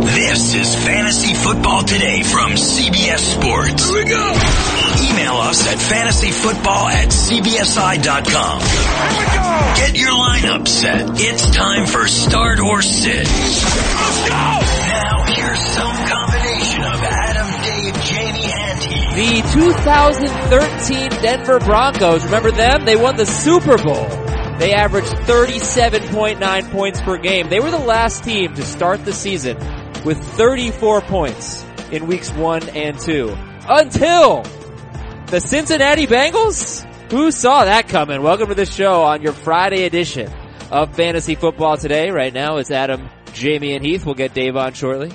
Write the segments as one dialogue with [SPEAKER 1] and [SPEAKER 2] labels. [SPEAKER 1] This is Fantasy Football Today from CBS Sports. Here we go. Email us at fantasyfootball at cbsi.com. Here we go. Get your lineup set. It's time for start or sit. Let's go. Now here's some combination of Adam, Dave, Jamie, and he.
[SPEAKER 2] The 2013 Denver Broncos, remember them? They won the Super Bowl. They averaged 37.9 points per game. They were the last team to start the season with 34 points in weeks one and two. Until the Cincinnati Bengals? Who saw that coming? Welcome to the show on your Friday edition of Fantasy Football Today. Right now it's Adam, Jamie, and Heath. We'll get Dave on shortly.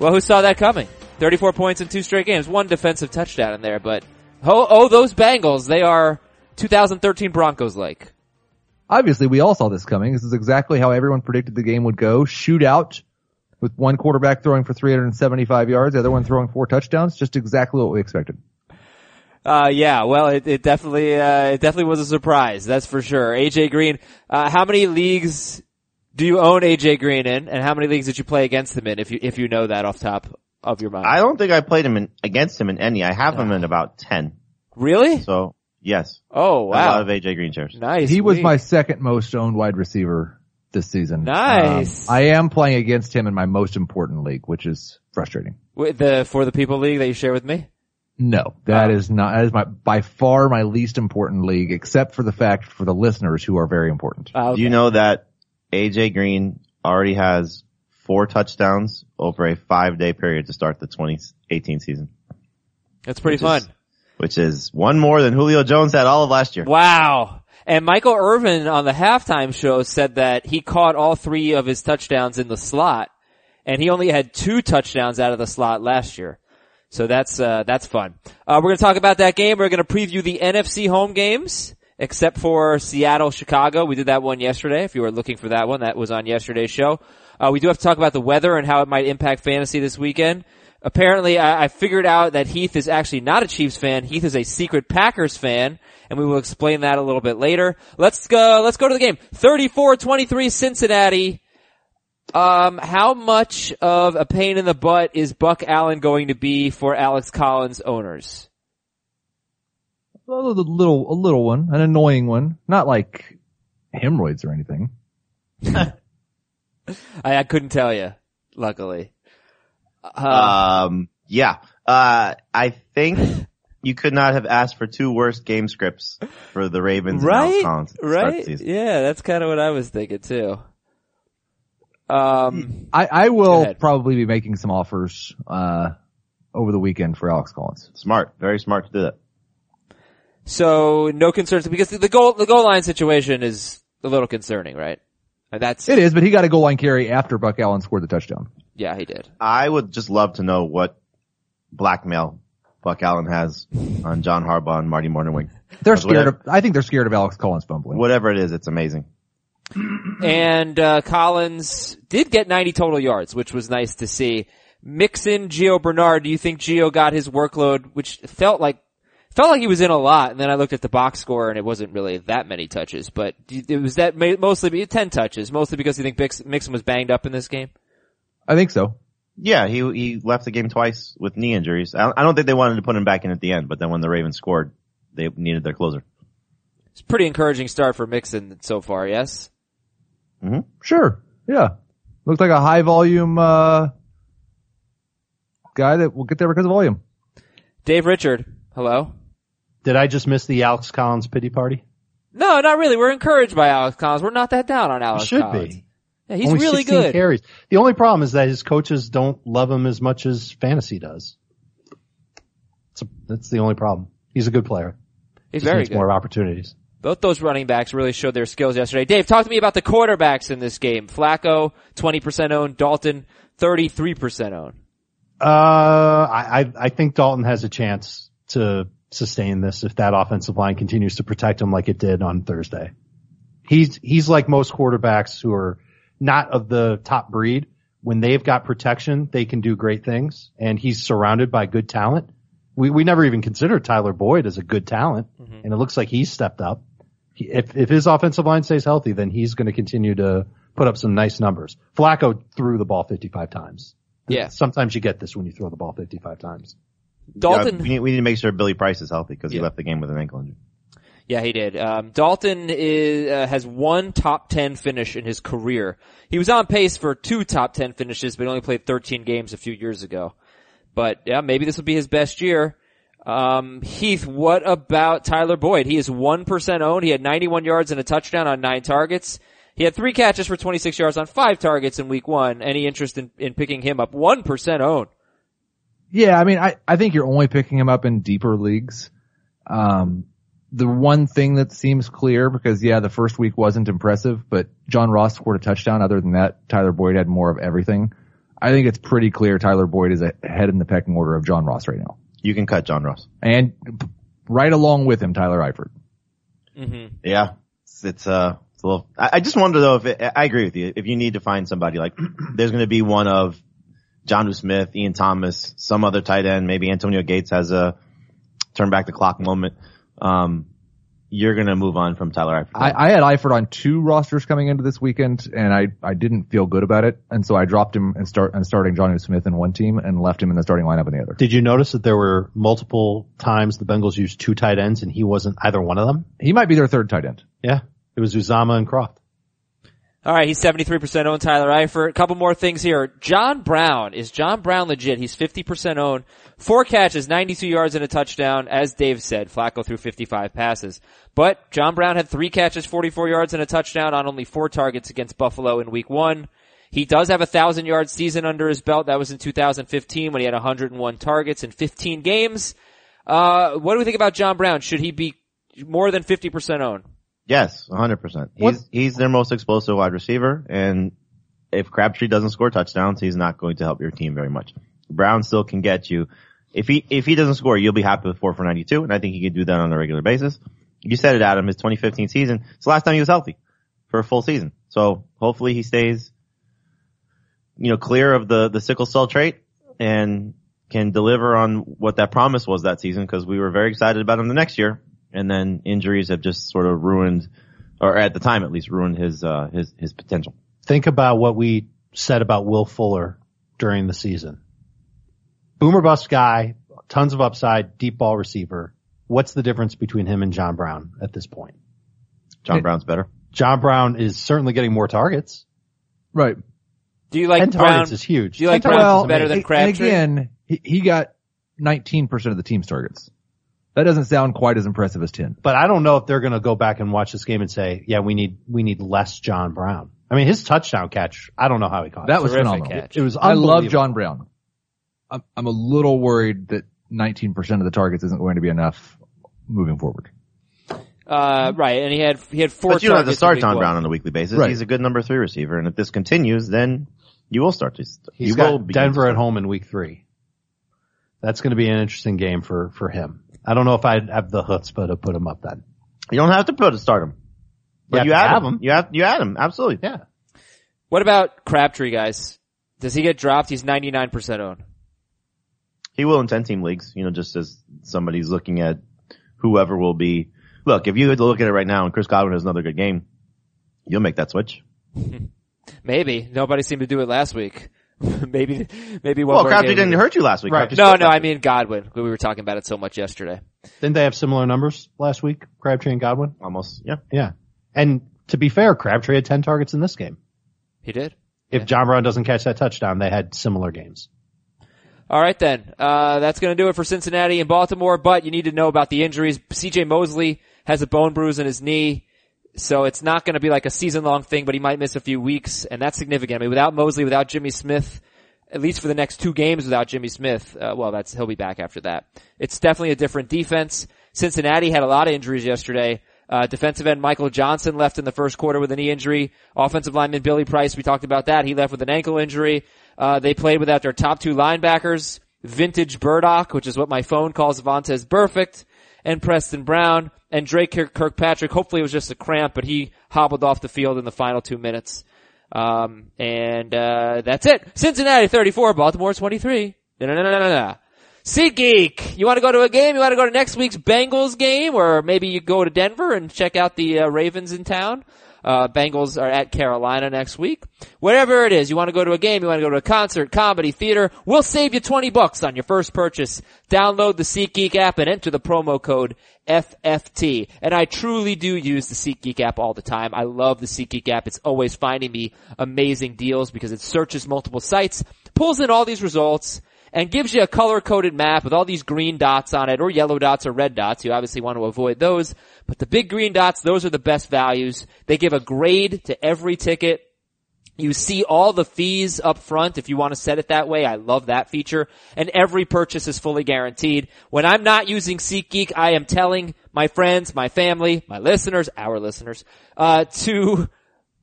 [SPEAKER 2] Well, who saw that coming? 34 points in two straight games, one defensive touchdown in there, but oh, oh those Bengals, they are 2013 Broncos like.
[SPEAKER 3] Obviously, we all saw this coming. This is exactly how everyone predicted the game would go. Shootout with one quarterback throwing for 375 yards, the other one throwing four touchdowns. Just exactly what we expected.
[SPEAKER 2] Uh, yeah, well, it, it definitely, uh, it definitely was a surprise. That's for sure. AJ Green, uh, how many leagues do you own AJ Green in and how many leagues did you play against him in if you, if you know that off top of your mind?
[SPEAKER 4] I don't think I played him in, against him in any. I have him in about 10.
[SPEAKER 2] really?
[SPEAKER 4] So, yes.
[SPEAKER 2] Oh
[SPEAKER 4] A lot
[SPEAKER 2] wow.
[SPEAKER 4] of AJ Green shares.
[SPEAKER 2] Nice.
[SPEAKER 3] He was
[SPEAKER 2] week.
[SPEAKER 3] my second most owned wide receiver this season.
[SPEAKER 2] Nice.
[SPEAKER 3] Um, I am playing against him in my most important league, which is frustrating.
[SPEAKER 2] Wait, the for the people league that you share with me.
[SPEAKER 3] No, that
[SPEAKER 2] Oh.
[SPEAKER 3] is not, that is my, by far my least important league, except for the fact for the listeners who are very important.
[SPEAKER 2] Uh,
[SPEAKER 4] Do you know that AJ Green already has four touchdowns over a five day period to start the 2018 season,
[SPEAKER 2] that's pretty
[SPEAKER 4] which
[SPEAKER 2] fun.
[SPEAKER 4] is- which is one more than Julio Jones had all of last year.
[SPEAKER 2] Wow. And Michael Irvin on the halftime show said that he caught all three of his touchdowns in the slot, and he only had two touchdowns out of the slot last year. So that's uh, that's fun. Uh, we're gonna talk about that game. We're gonna preview the NFC home games, except for Seattle, Chicago. We did that one yesterday. If you were looking for that one, that was on yesterday's show. Uh, we do have to talk about the weather and how it might impact fantasy this weekend. Apparently, I, I figured out that Heath is actually not a Chiefs fan. Heath is a secret Packers fan, and we will explain that a little bit later. Let's go. Let's go to the game. 34-23 Cincinnati. Um, how much of a pain in the butt is Buck Allen going to be for Alex Collins owners?
[SPEAKER 3] a little, a little one, an annoying one, not like hemorrhoids or anything.
[SPEAKER 2] I, I couldn't tell you, luckily. Uh,
[SPEAKER 4] Um, yeah. Uh, I think you could not have asked for two worse game scripts for the Ravens and Alex
[SPEAKER 2] right?
[SPEAKER 4] Collins. to start the
[SPEAKER 2] Right?
[SPEAKER 4] season.
[SPEAKER 2] Yeah, that's kind of what I was thinking too.
[SPEAKER 4] Hmm.
[SPEAKER 2] Um,
[SPEAKER 3] I, I
[SPEAKER 2] Go
[SPEAKER 3] will
[SPEAKER 2] ahead.
[SPEAKER 3] probably be making some offers, uh, over the weekend for Alex Collins.
[SPEAKER 4] Smart. Very smart to do that.
[SPEAKER 2] so no concerns because the goal, the goal line situation is a little concerning, right? And That's,
[SPEAKER 3] It is, but he got a goal line carry after Buck Allen scored the touchdown.
[SPEAKER 2] yeah, he did.
[SPEAKER 4] I would just love to know what blackmail Buck Allen has on John Harbaugh and Marty Morningwing.
[SPEAKER 3] They're
[SPEAKER 4] That's what
[SPEAKER 3] scared
[SPEAKER 4] I-
[SPEAKER 3] of, I think they're scared of Alex Collins fumbling.
[SPEAKER 4] Whatever it is, it's amazing.
[SPEAKER 2] And uh, Collins did get 90 total yards, which was nice to see. Mixon, Gio Bernard. Do you think Gio got his workload, which felt like felt like he was in a lot? And then I looked at the box score, and it wasn't really that many touches, but do you- it was that ma- mostly ten touches, mostly because you think Bix- Mixon was banged up in this game.
[SPEAKER 3] I think so.
[SPEAKER 4] Yeah, he he left the game twice with knee injuries. I, I don't think they wanted to put him back in at the end, but then when the Ravens scored, they needed their closer.
[SPEAKER 2] It's a pretty encouraging start for Mixon so far. Yes.
[SPEAKER 3] Sure. Yeah. Looks like a high volume, uh, guy that will get there because of volume.
[SPEAKER 2] Dave Richard. Hello.
[SPEAKER 5] Did I just miss the Alex Collins pity party?
[SPEAKER 2] No, not really. We're encouraged by Alex Collins. We're not that down on Alex.
[SPEAKER 5] should
[SPEAKER 2] Collins.
[SPEAKER 5] be.
[SPEAKER 2] Yeah, he's
[SPEAKER 5] Only
[SPEAKER 2] really
[SPEAKER 5] 16
[SPEAKER 2] good.
[SPEAKER 5] Carries. The only problem is that his coaches don't love him as much as fantasy does. It's a, that's the only problem. He's a good player.
[SPEAKER 2] He's
[SPEAKER 5] Just
[SPEAKER 2] very
[SPEAKER 5] needs
[SPEAKER 2] good.
[SPEAKER 5] more opportunities.
[SPEAKER 2] Both those running backs really showed their skills yesterday. Dave, talk to me about the quarterbacks in this game. Flacco, 20% owned. Dalton, 33% owned.
[SPEAKER 5] Uh, I, I, I think Dalton has a chance to sustain this if that offensive line continues to protect him like it did on Thursday. He's, he's like most quarterbacks who are not of the top breed. When they've got protection, they can do great things and he's surrounded by good talent. We, we never even considered Tyler Boyd as a good talent and it looks like he's stepped up. He- If, if his offensive line stays healthy, then he's going to continue to put up some nice numbers. Flacco threw the ball 55 times
[SPEAKER 2] Yeah.
[SPEAKER 5] Sometimes you get this when you throw the ball 55 times.
[SPEAKER 4] Yeah,
[SPEAKER 2] Dalton.
[SPEAKER 4] we, need, we need to make sure Billy Price is healthy because he
[SPEAKER 2] Yeah.
[SPEAKER 4] left the game with an ankle injury.
[SPEAKER 2] Yeah, he did. Um, Dalton is, uh, has one top 10 finish in his career. He was on pace for two top 10 finishes, but he only played 13 games a few years ago. But yeah, maybe this will be his best year. Um, Heath, what about Tyler Boyd? He is 1% owned. He had 91 yards and a touchdown on nine targets. He had three catches for 26 yards on five targets in week one. Any interest in, in picking him up? 1% owned.
[SPEAKER 3] Yeah, I mean, I, I think you're only picking him up in deeper leagues. Um, the one thing that seems clear because yeah, the first week wasn't impressive, but John Ross scored a touchdown. Other than that, Tyler Boyd had more of everything. I think it's pretty clear Tyler Boyd is ahead in the pecking order of John Ross right now.
[SPEAKER 4] You can cut John Ross.
[SPEAKER 3] And p- right along with him, Tyler Eifert.
[SPEAKER 2] hmm
[SPEAKER 4] Yeah, it's, it's uh, it's a little. I, I just wonder though if it, I agree with you. If you need to find somebody, like there's going to be one of John Smith, Ian Thomas, some other tight end, maybe Antonio Gates has a turn back the clock moment. Um, you're going to move on from Tyler Eifert.
[SPEAKER 3] I, I had Eifert on two rosters coming into this weekend, and I, I didn't feel good about it, and so I dropped him and start and starting Johnny Smith in one team and left him in the starting lineup in the other.
[SPEAKER 5] Did you notice that there were multiple times the Bengals used two tight ends and he wasn't either one of them?
[SPEAKER 3] He might be their third tight end.
[SPEAKER 5] Yeah. It was Uzama and Croft.
[SPEAKER 2] All right, he's 73% owned, Tyler Eifert. A couple more things here. John Brown. Is John Brown legit? He's 50% owned. Four catches, 92 yards and a touchdown. As Dave said, Flacco threw 55 passes. But John Brown had three catches, 44 yards and a touchdown on only four targets against Buffalo in week one. He does have a thousand yard season under his belt. That was in 2015 when he had 101 targets in 15 games. Uh, what do we think about John Brown? Should he be more than 50% owned?
[SPEAKER 4] yes, 100. percent
[SPEAKER 5] What-
[SPEAKER 4] He's he's their most explosive wide receiver, and if Crabtree doesn't score touchdowns, he's not going to help your team very much. Brown still can get you. If he if he doesn't score, you'll be happy with four for 92, and I think he can do that on a regular basis. You said it, Adam. His 2015 season. It's the last time he was healthy for a full season. So hopefully he stays, you know, clear of the the sickle cell trait and can deliver on what that promise was that season because we were very excited about him the next year, and then injuries have just sort of ruined, or at the time at least, ruined his uh, his his potential.
[SPEAKER 5] Think about what we said about Will Fuller during the season. Boomer bust guy, tons of upside, deep ball receiver. What's the difference between him and John Brown at this point?
[SPEAKER 4] John Brown's better.
[SPEAKER 5] John Brown is certainly getting more targets.
[SPEAKER 3] Right.
[SPEAKER 2] Do you like
[SPEAKER 5] Ten
[SPEAKER 2] Brown?
[SPEAKER 5] targets is huge.
[SPEAKER 2] do you like
[SPEAKER 5] Ten
[SPEAKER 2] Brown's Brown
[SPEAKER 5] targets is
[SPEAKER 2] better
[SPEAKER 5] amazing.
[SPEAKER 2] than
[SPEAKER 3] a-
[SPEAKER 2] Crabtree?
[SPEAKER 3] And again, he, he got 19% of the team's targets. That doesn't sound quite as impressive as 10.
[SPEAKER 5] but I don't know if they're going to go back and watch this game and say, yeah, we need, we need less John Brown. I mean, his touchdown catch, I don't know how he caught
[SPEAKER 3] That
[SPEAKER 5] it.
[SPEAKER 3] was
[SPEAKER 2] Terrific
[SPEAKER 3] phenomenal.
[SPEAKER 2] catch.
[SPEAKER 5] It was
[SPEAKER 3] I love
[SPEAKER 5] unbelievable.
[SPEAKER 3] John Brown. I'm, I'm a little worried that 19% of the targets isn't going to be enough moving forward.
[SPEAKER 2] Uh, right, and he had he had four.
[SPEAKER 4] Mm-hmm. But you don't have to
[SPEAKER 2] targets in
[SPEAKER 4] start
[SPEAKER 2] week
[SPEAKER 4] John
[SPEAKER 2] one.
[SPEAKER 4] Brown on a weekly basis.
[SPEAKER 3] Right.
[SPEAKER 4] He's a good number three receiver, and if this continues, then you will start to.
[SPEAKER 5] He's
[SPEAKER 4] you will
[SPEAKER 5] got
[SPEAKER 4] be-
[SPEAKER 5] Denver at home in week three. That's going to be an interesting game for, for him. I don't know if I'd have the chutzpah to put him up then.
[SPEAKER 4] You don't have to put start him, but
[SPEAKER 5] have
[SPEAKER 4] you,
[SPEAKER 5] to
[SPEAKER 4] add
[SPEAKER 5] have
[SPEAKER 4] him.
[SPEAKER 5] him.
[SPEAKER 4] You add you add him absolutely.
[SPEAKER 5] Yeah.
[SPEAKER 2] What about Crabtree, guys? Does he get dropped? He's ninety nine percent owned.
[SPEAKER 4] He will in 10 team leagues, you know, just as somebody's looking at whoever will be. Look, if you had to look at it right now and Chris Godwin has another good game, you'll make that switch.
[SPEAKER 2] Maybe nobody seemed to do it last week. maybe maybe one.
[SPEAKER 4] Well,
[SPEAKER 2] more
[SPEAKER 4] Crabtree
[SPEAKER 2] game.
[SPEAKER 4] didn't hurt you last week.
[SPEAKER 5] Right.
[SPEAKER 4] Crabtree
[SPEAKER 2] No,
[SPEAKER 4] scored
[SPEAKER 2] no,
[SPEAKER 4] last
[SPEAKER 2] I
[SPEAKER 4] week.
[SPEAKER 2] mean Godwin. We were talking about it so much yesterday.
[SPEAKER 5] Didn't they have similar numbers last week? Crabtree and Godwin?
[SPEAKER 4] almost, yeah.
[SPEAKER 5] Yeah. And to be fair, Crabtree had 10 targets in this game.
[SPEAKER 2] He did.
[SPEAKER 5] If John Brown doesn't catch that touchdown, they had similar games.
[SPEAKER 2] All right then. Uh, that's going to do it for Cincinnati and Baltimore, but you need to know about the injuries. CJ Mosley has a bone bruise in his knee, so it's not going to be like a season long thing, but he might miss a few weeks, and that's significant. I mean, without Mosley, without Jimmy Smith, at least for the next two games without Jimmy Smith, uh, well, that's, he'll be back after that. It's definitely a different defense. Cincinnati had a lot of injuries yesterday. Uh, defensive end Michael Johnson left in the first quarter with a knee injury. Offensive lineman Billy Price, we talked about that. He left with an ankle injury. Uh, they played without their top two linebackers, vintage Burdock, which is what my phone calls Vontez Perfect, and Preston Brown, and Drake Kirk- Kirkpatrick. Hopefully it was just a cramp, but he hobbled off the field in the final two minutes. Um, and, uh, that's it. Cincinnati 34, Baltimore 23. No, no, no, no, no, no. SeatGeek, you want to go to a game? You want to go to next week's Bengals game? Or maybe you go to Denver and check out the uh, Ravens in town? Uh, Bengals are at Carolina next week. Whatever it is, you want to go to a game, you want to go to a concert, comedy, theater, we'll save you 20 bucks on your first purchase. Download the SeatGeek app and enter the promo code FFT. And I truly do use the SeatGeek app all the time. I love the SeatGeek app. It's always finding me amazing deals because it searches multiple sites, pulls in all these results, and gives you a color coded map with all these green dots on it or yellow dots or red dots. You obviously want to avoid those, but the big green dots, those are the best values. They give a grade to every ticket. You see all the fees up front if you want to set it that way. I love that feature. And every purchase is fully guaranteed. When I'm not using SeatGeek, I am telling my friends, my family, my listeners, our listeners, uh, to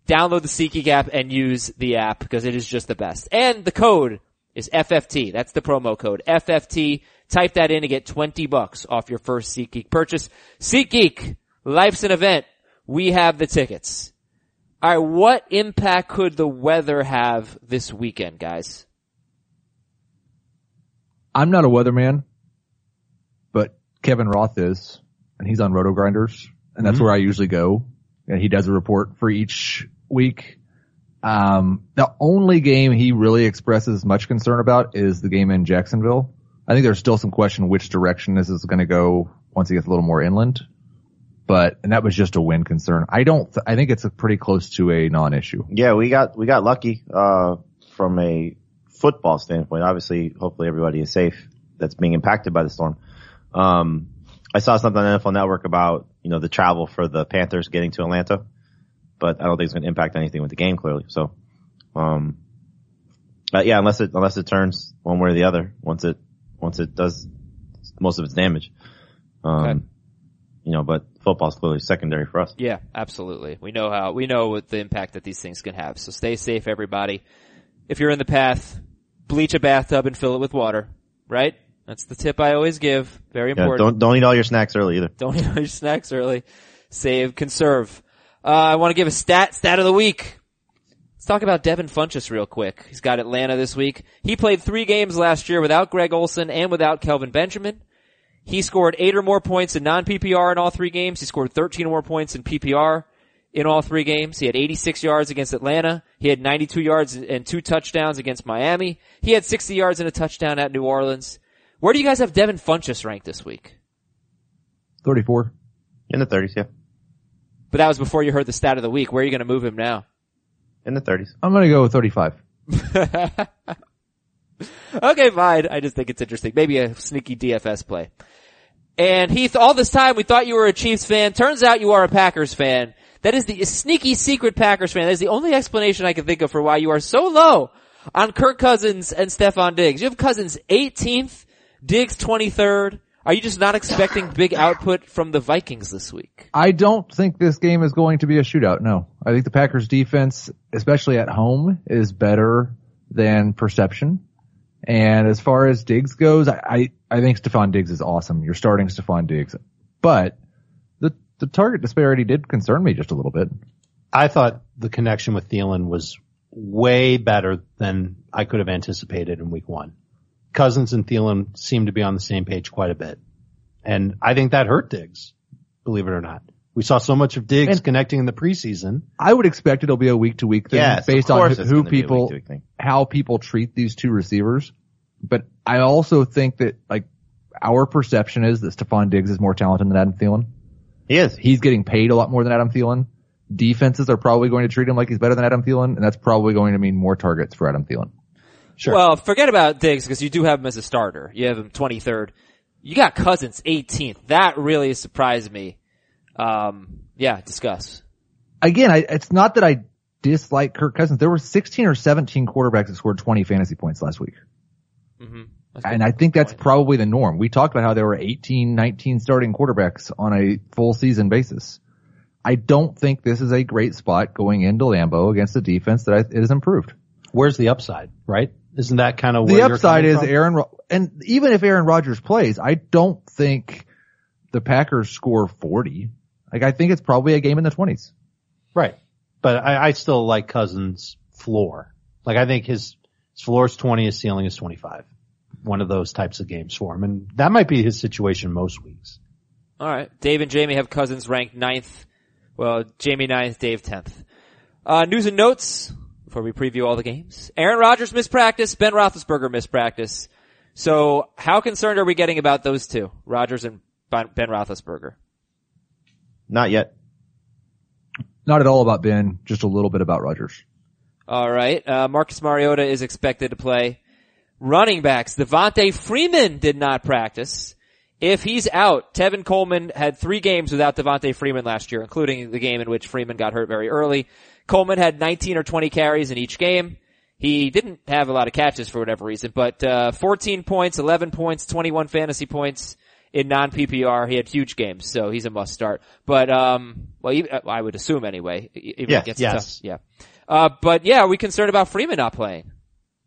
[SPEAKER 2] download the SeatGeek app and use the app because it is just the best. And the code is FFT. That's the promo code. FFT. Type that in to get 20 bucks off your first SeatGeek purchase. SeatGeek, life's an event. We have the tickets. All right, what impact could the weather have this weekend, guys?
[SPEAKER 3] I'm not a weatherman, but Kevin Roth is, and he's on Roto Grinders, and that's where I usually go. And he does a report for each week. Um, the only game he really expresses much concern about is the game in Jacksonville. I think there's still some question which direction this is going to go once it gets a little more inland. But and that was just a wind concern. I don't. Th- I think it's a pretty close to a non-issue.
[SPEAKER 4] Yeah, we got we got lucky uh, from a football standpoint. Obviously, hopefully everybody is safe that's being impacted by the storm. Um, I saw something on NFL Network about you know the travel for the Panthers getting to Atlanta, but I don't think it's going to impact anything with the game clearly. So, um, but yeah, unless it unless it turns one way or the other, once it once it does most of its damage, um,
[SPEAKER 2] Okay.
[SPEAKER 4] you know. But football's clearly secondary for us.
[SPEAKER 2] Yeah, absolutely. We know how, we know what the impact that these things can have. So stay safe, everybody. If you're in the path, bleach a bathtub and fill it with water, right? That's the tip I always give. Very
[SPEAKER 4] Yeah,
[SPEAKER 2] important.
[SPEAKER 4] don't don't eat all your snacks early either.
[SPEAKER 2] Don't eat all your snacks early. Save, conserve. Uh, I want to give a stat, stat of the week. Let's talk about Devin Funchess real quick. He's got Atlanta this week. He played three games last year without Greg Olson and without Kelvin Benjamin. He scored eight or more points in non-PPR in all three games. He scored 13 or more points in PPR in all three games. He had 86 yards against Atlanta. He had 92 yards and two touchdowns against Miami. He had 60 yards and a touchdown at New Orleans. Where do you guys have Devin Funchess ranked this week?
[SPEAKER 3] Thirty-four.
[SPEAKER 4] In the 30s, yeah.
[SPEAKER 2] But that was before you heard the stat of the week. Where are you going to move him now?
[SPEAKER 4] In the 30s.
[SPEAKER 3] I'm gonna go with thirty-five.
[SPEAKER 2] Okay, fine. I just think it's interesting. Maybe a sneaky DFS play. And Heath, all this time we thought you were a Chiefs fan. Turns out you are a Packers fan. That is the sneaky secret Packers fan. That is the only explanation I can think of for why you are so low on Kirk Cousins and Stephon Diggs. You have Cousins 18th, Diggs 23rd. Are you just not expecting big output from the Vikings this week?
[SPEAKER 3] I don't think this game is going to be a shootout. No, I think the Packers defense, especially at home, is better than perception. And as far as Diggs goes, I, I, I think Stephon Diggs is awesome. You're starting Stephon Diggs, but the, the target disparity did concern me just a little bit.
[SPEAKER 5] I thought the connection with Thielen was way better than I could have anticipated in week one. Cousins and Thielen seemed to be on the same page quite a bit. And I think that hurt Diggs, believe it or not. We saw so much of Diggs
[SPEAKER 3] And-
[SPEAKER 5] connecting in the preseason.
[SPEAKER 3] I would expect it'll be a week to week thing
[SPEAKER 4] Yes, of
[SPEAKER 3] based on
[SPEAKER 4] course
[SPEAKER 3] who,
[SPEAKER 4] it's
[SPEAKER 3] who
[SPEAKER 4] gonna be a
[SPEAKER 3] people,
[SPEAKER 4] week-to-week thing.
[SPEAKER 3] how people treat these two receivers. But I also think that like our perception is that Stephon Diggs is more talented than Adam Thielen.
[SPEAKER 4] He is.
[SPEAKER 3] he's getting paid a lot more than Adam Thielen. Defenses are probably going to treat him like he's better than Adam Thielen, and that's probably going to mean more targets for Adam Thielen.
[SPEAKER 5] Sure.
[SPEAKER 2] Well, forget about Diggs because you do have him as a starter. You have him 23rd. You got Cousins 18th. That really surprised me. Um, yeah, discuss.
[SPEAKER 3] Again, I, it's not that I dislike Kirk Cousins. There were 16 or 17 quarterbacks that scored 20 fantasy points last week. And I think that's probably the norm. We talked about how there were 18, 19 starting quarterbacks on a full season basis. I don't think this is a great spot going into Lambeau against a defense that I, it has improved.
[SPEAKER 5] Where's the upside, right? Isn't that kind of where
[SPEAKER 3] the
[SPEAKER 5] you're
[SPEAKER 3] upside
[SPEAKER 5] coming
[SPEAKER 3] is
[SPEAKER 5] from?
[SPEAKER 3] Aaron, Ro- and even if Aaron Rodgers plays, I don't think the Packers score 40. Like I think it's probably a game in the 20s.
[SPEAKER 5] Right. But I, I still like Cousins' floor. Like I think his, his floor is 20, his ceiling is 25. One of those types of games for him. And that might be his situation most weeks.
[SPEAKER 2] All right. Dave and Jamie have Cousins ranked ninth. Well, Jamie 9th, Dave 10th. Uh, news and notes before we preview all the games. Aaron Rodgers mispractice, Ben Roethlisberger mispractice. So how concerned are we getting about those two, Rodgers and Ben Ben Roethlisberger?
[SPEAKER 4] Not yet.
[SPEAKER 3] Not at all about Ben, just a little bit about Rogers.
[SPEAKER 2] All right. Uh, Marcus Mariota is expected to play. Running backs. Devontae Freeman did not practice. If he's out, Tevin Coleman had three games without Devontae Freeman last year, including the game in which Freeman got hurt very early. Coleman had 19 or 20 carries in each game. He didn't have a lot of catches for whatever reason, but, uh, 14 points, 11 points, 21 fantasy points in non-PPR. He had huge games, so he's a must start. But, um, well, even, I would assume anyway. e- Even
[SPEAKER 4] Yes,
[SPEAKER 2] against
[SPEAKER 5] yes.
[SPEAKER 2] tough- yeah. Uh, but yeah, are we concerned about Freeman not playing?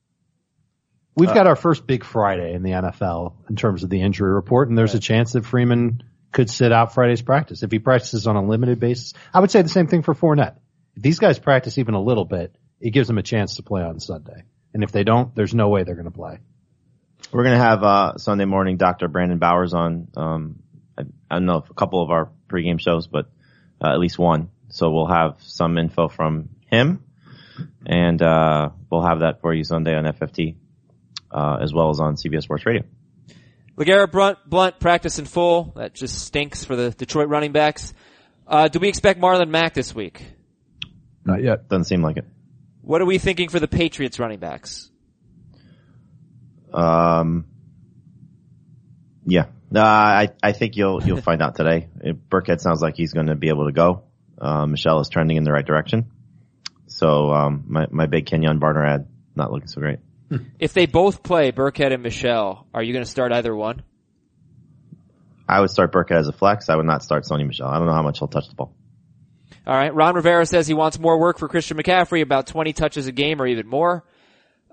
[SPEAKER 3] Uh,
[SPEAKER 5] We've got our first big Friday in the NFL in terms of the injury report, and there's a chance that Freeman could sit out Friday's practice if he practices on a limited basis. I would say the same thing for Fournette. If these guys practice even a little bit, it gives them a chance to play on Sunday. And if they don't, there's no way they're going to play.
[SPEAKER 4] We're gonna have uh, Sunday morning Dr. Brandon Bowers on. Um, I, I don't know if a couple of our pregame shows, but uh, at least one. So we'll have some info from him, and uh, we'll have that for you Sunday on FFT, uh, as well as on CBS Sports Radio.
[SPEAKER 2] LeGarrette Blunt, Blunt practice in full. That just stinks for the Detroit running backs. Uh, do we expect Marlon Mack this week?
[SPEAKER 3] Not yet.
[SPEAKER 4] Doesn't seem like it.
[SPEAKER 2] What are we thinking for the Patriots running backs?
[SPEAKER 4] Um, yeah, uh, I I think you'll you'll find out today. Uh, Burkhead sounds like he's going to be able to go. Uh, Michelle is trending in the right direction. So um, my my big Kenyon Barner ad not looking so great.
[SPEAKER 2] If they both play Burkhead and Michelle, are you going to start either one?
[SPEAKER 4] I would start Burkhead as a flex. I would not start Sony Michelle. I don't know how much he'll touch the ball.
[SPEAKER 2] All right. Ron Rivera says he wants more work for Christian McCaffrey, about 20 touches a game or even more.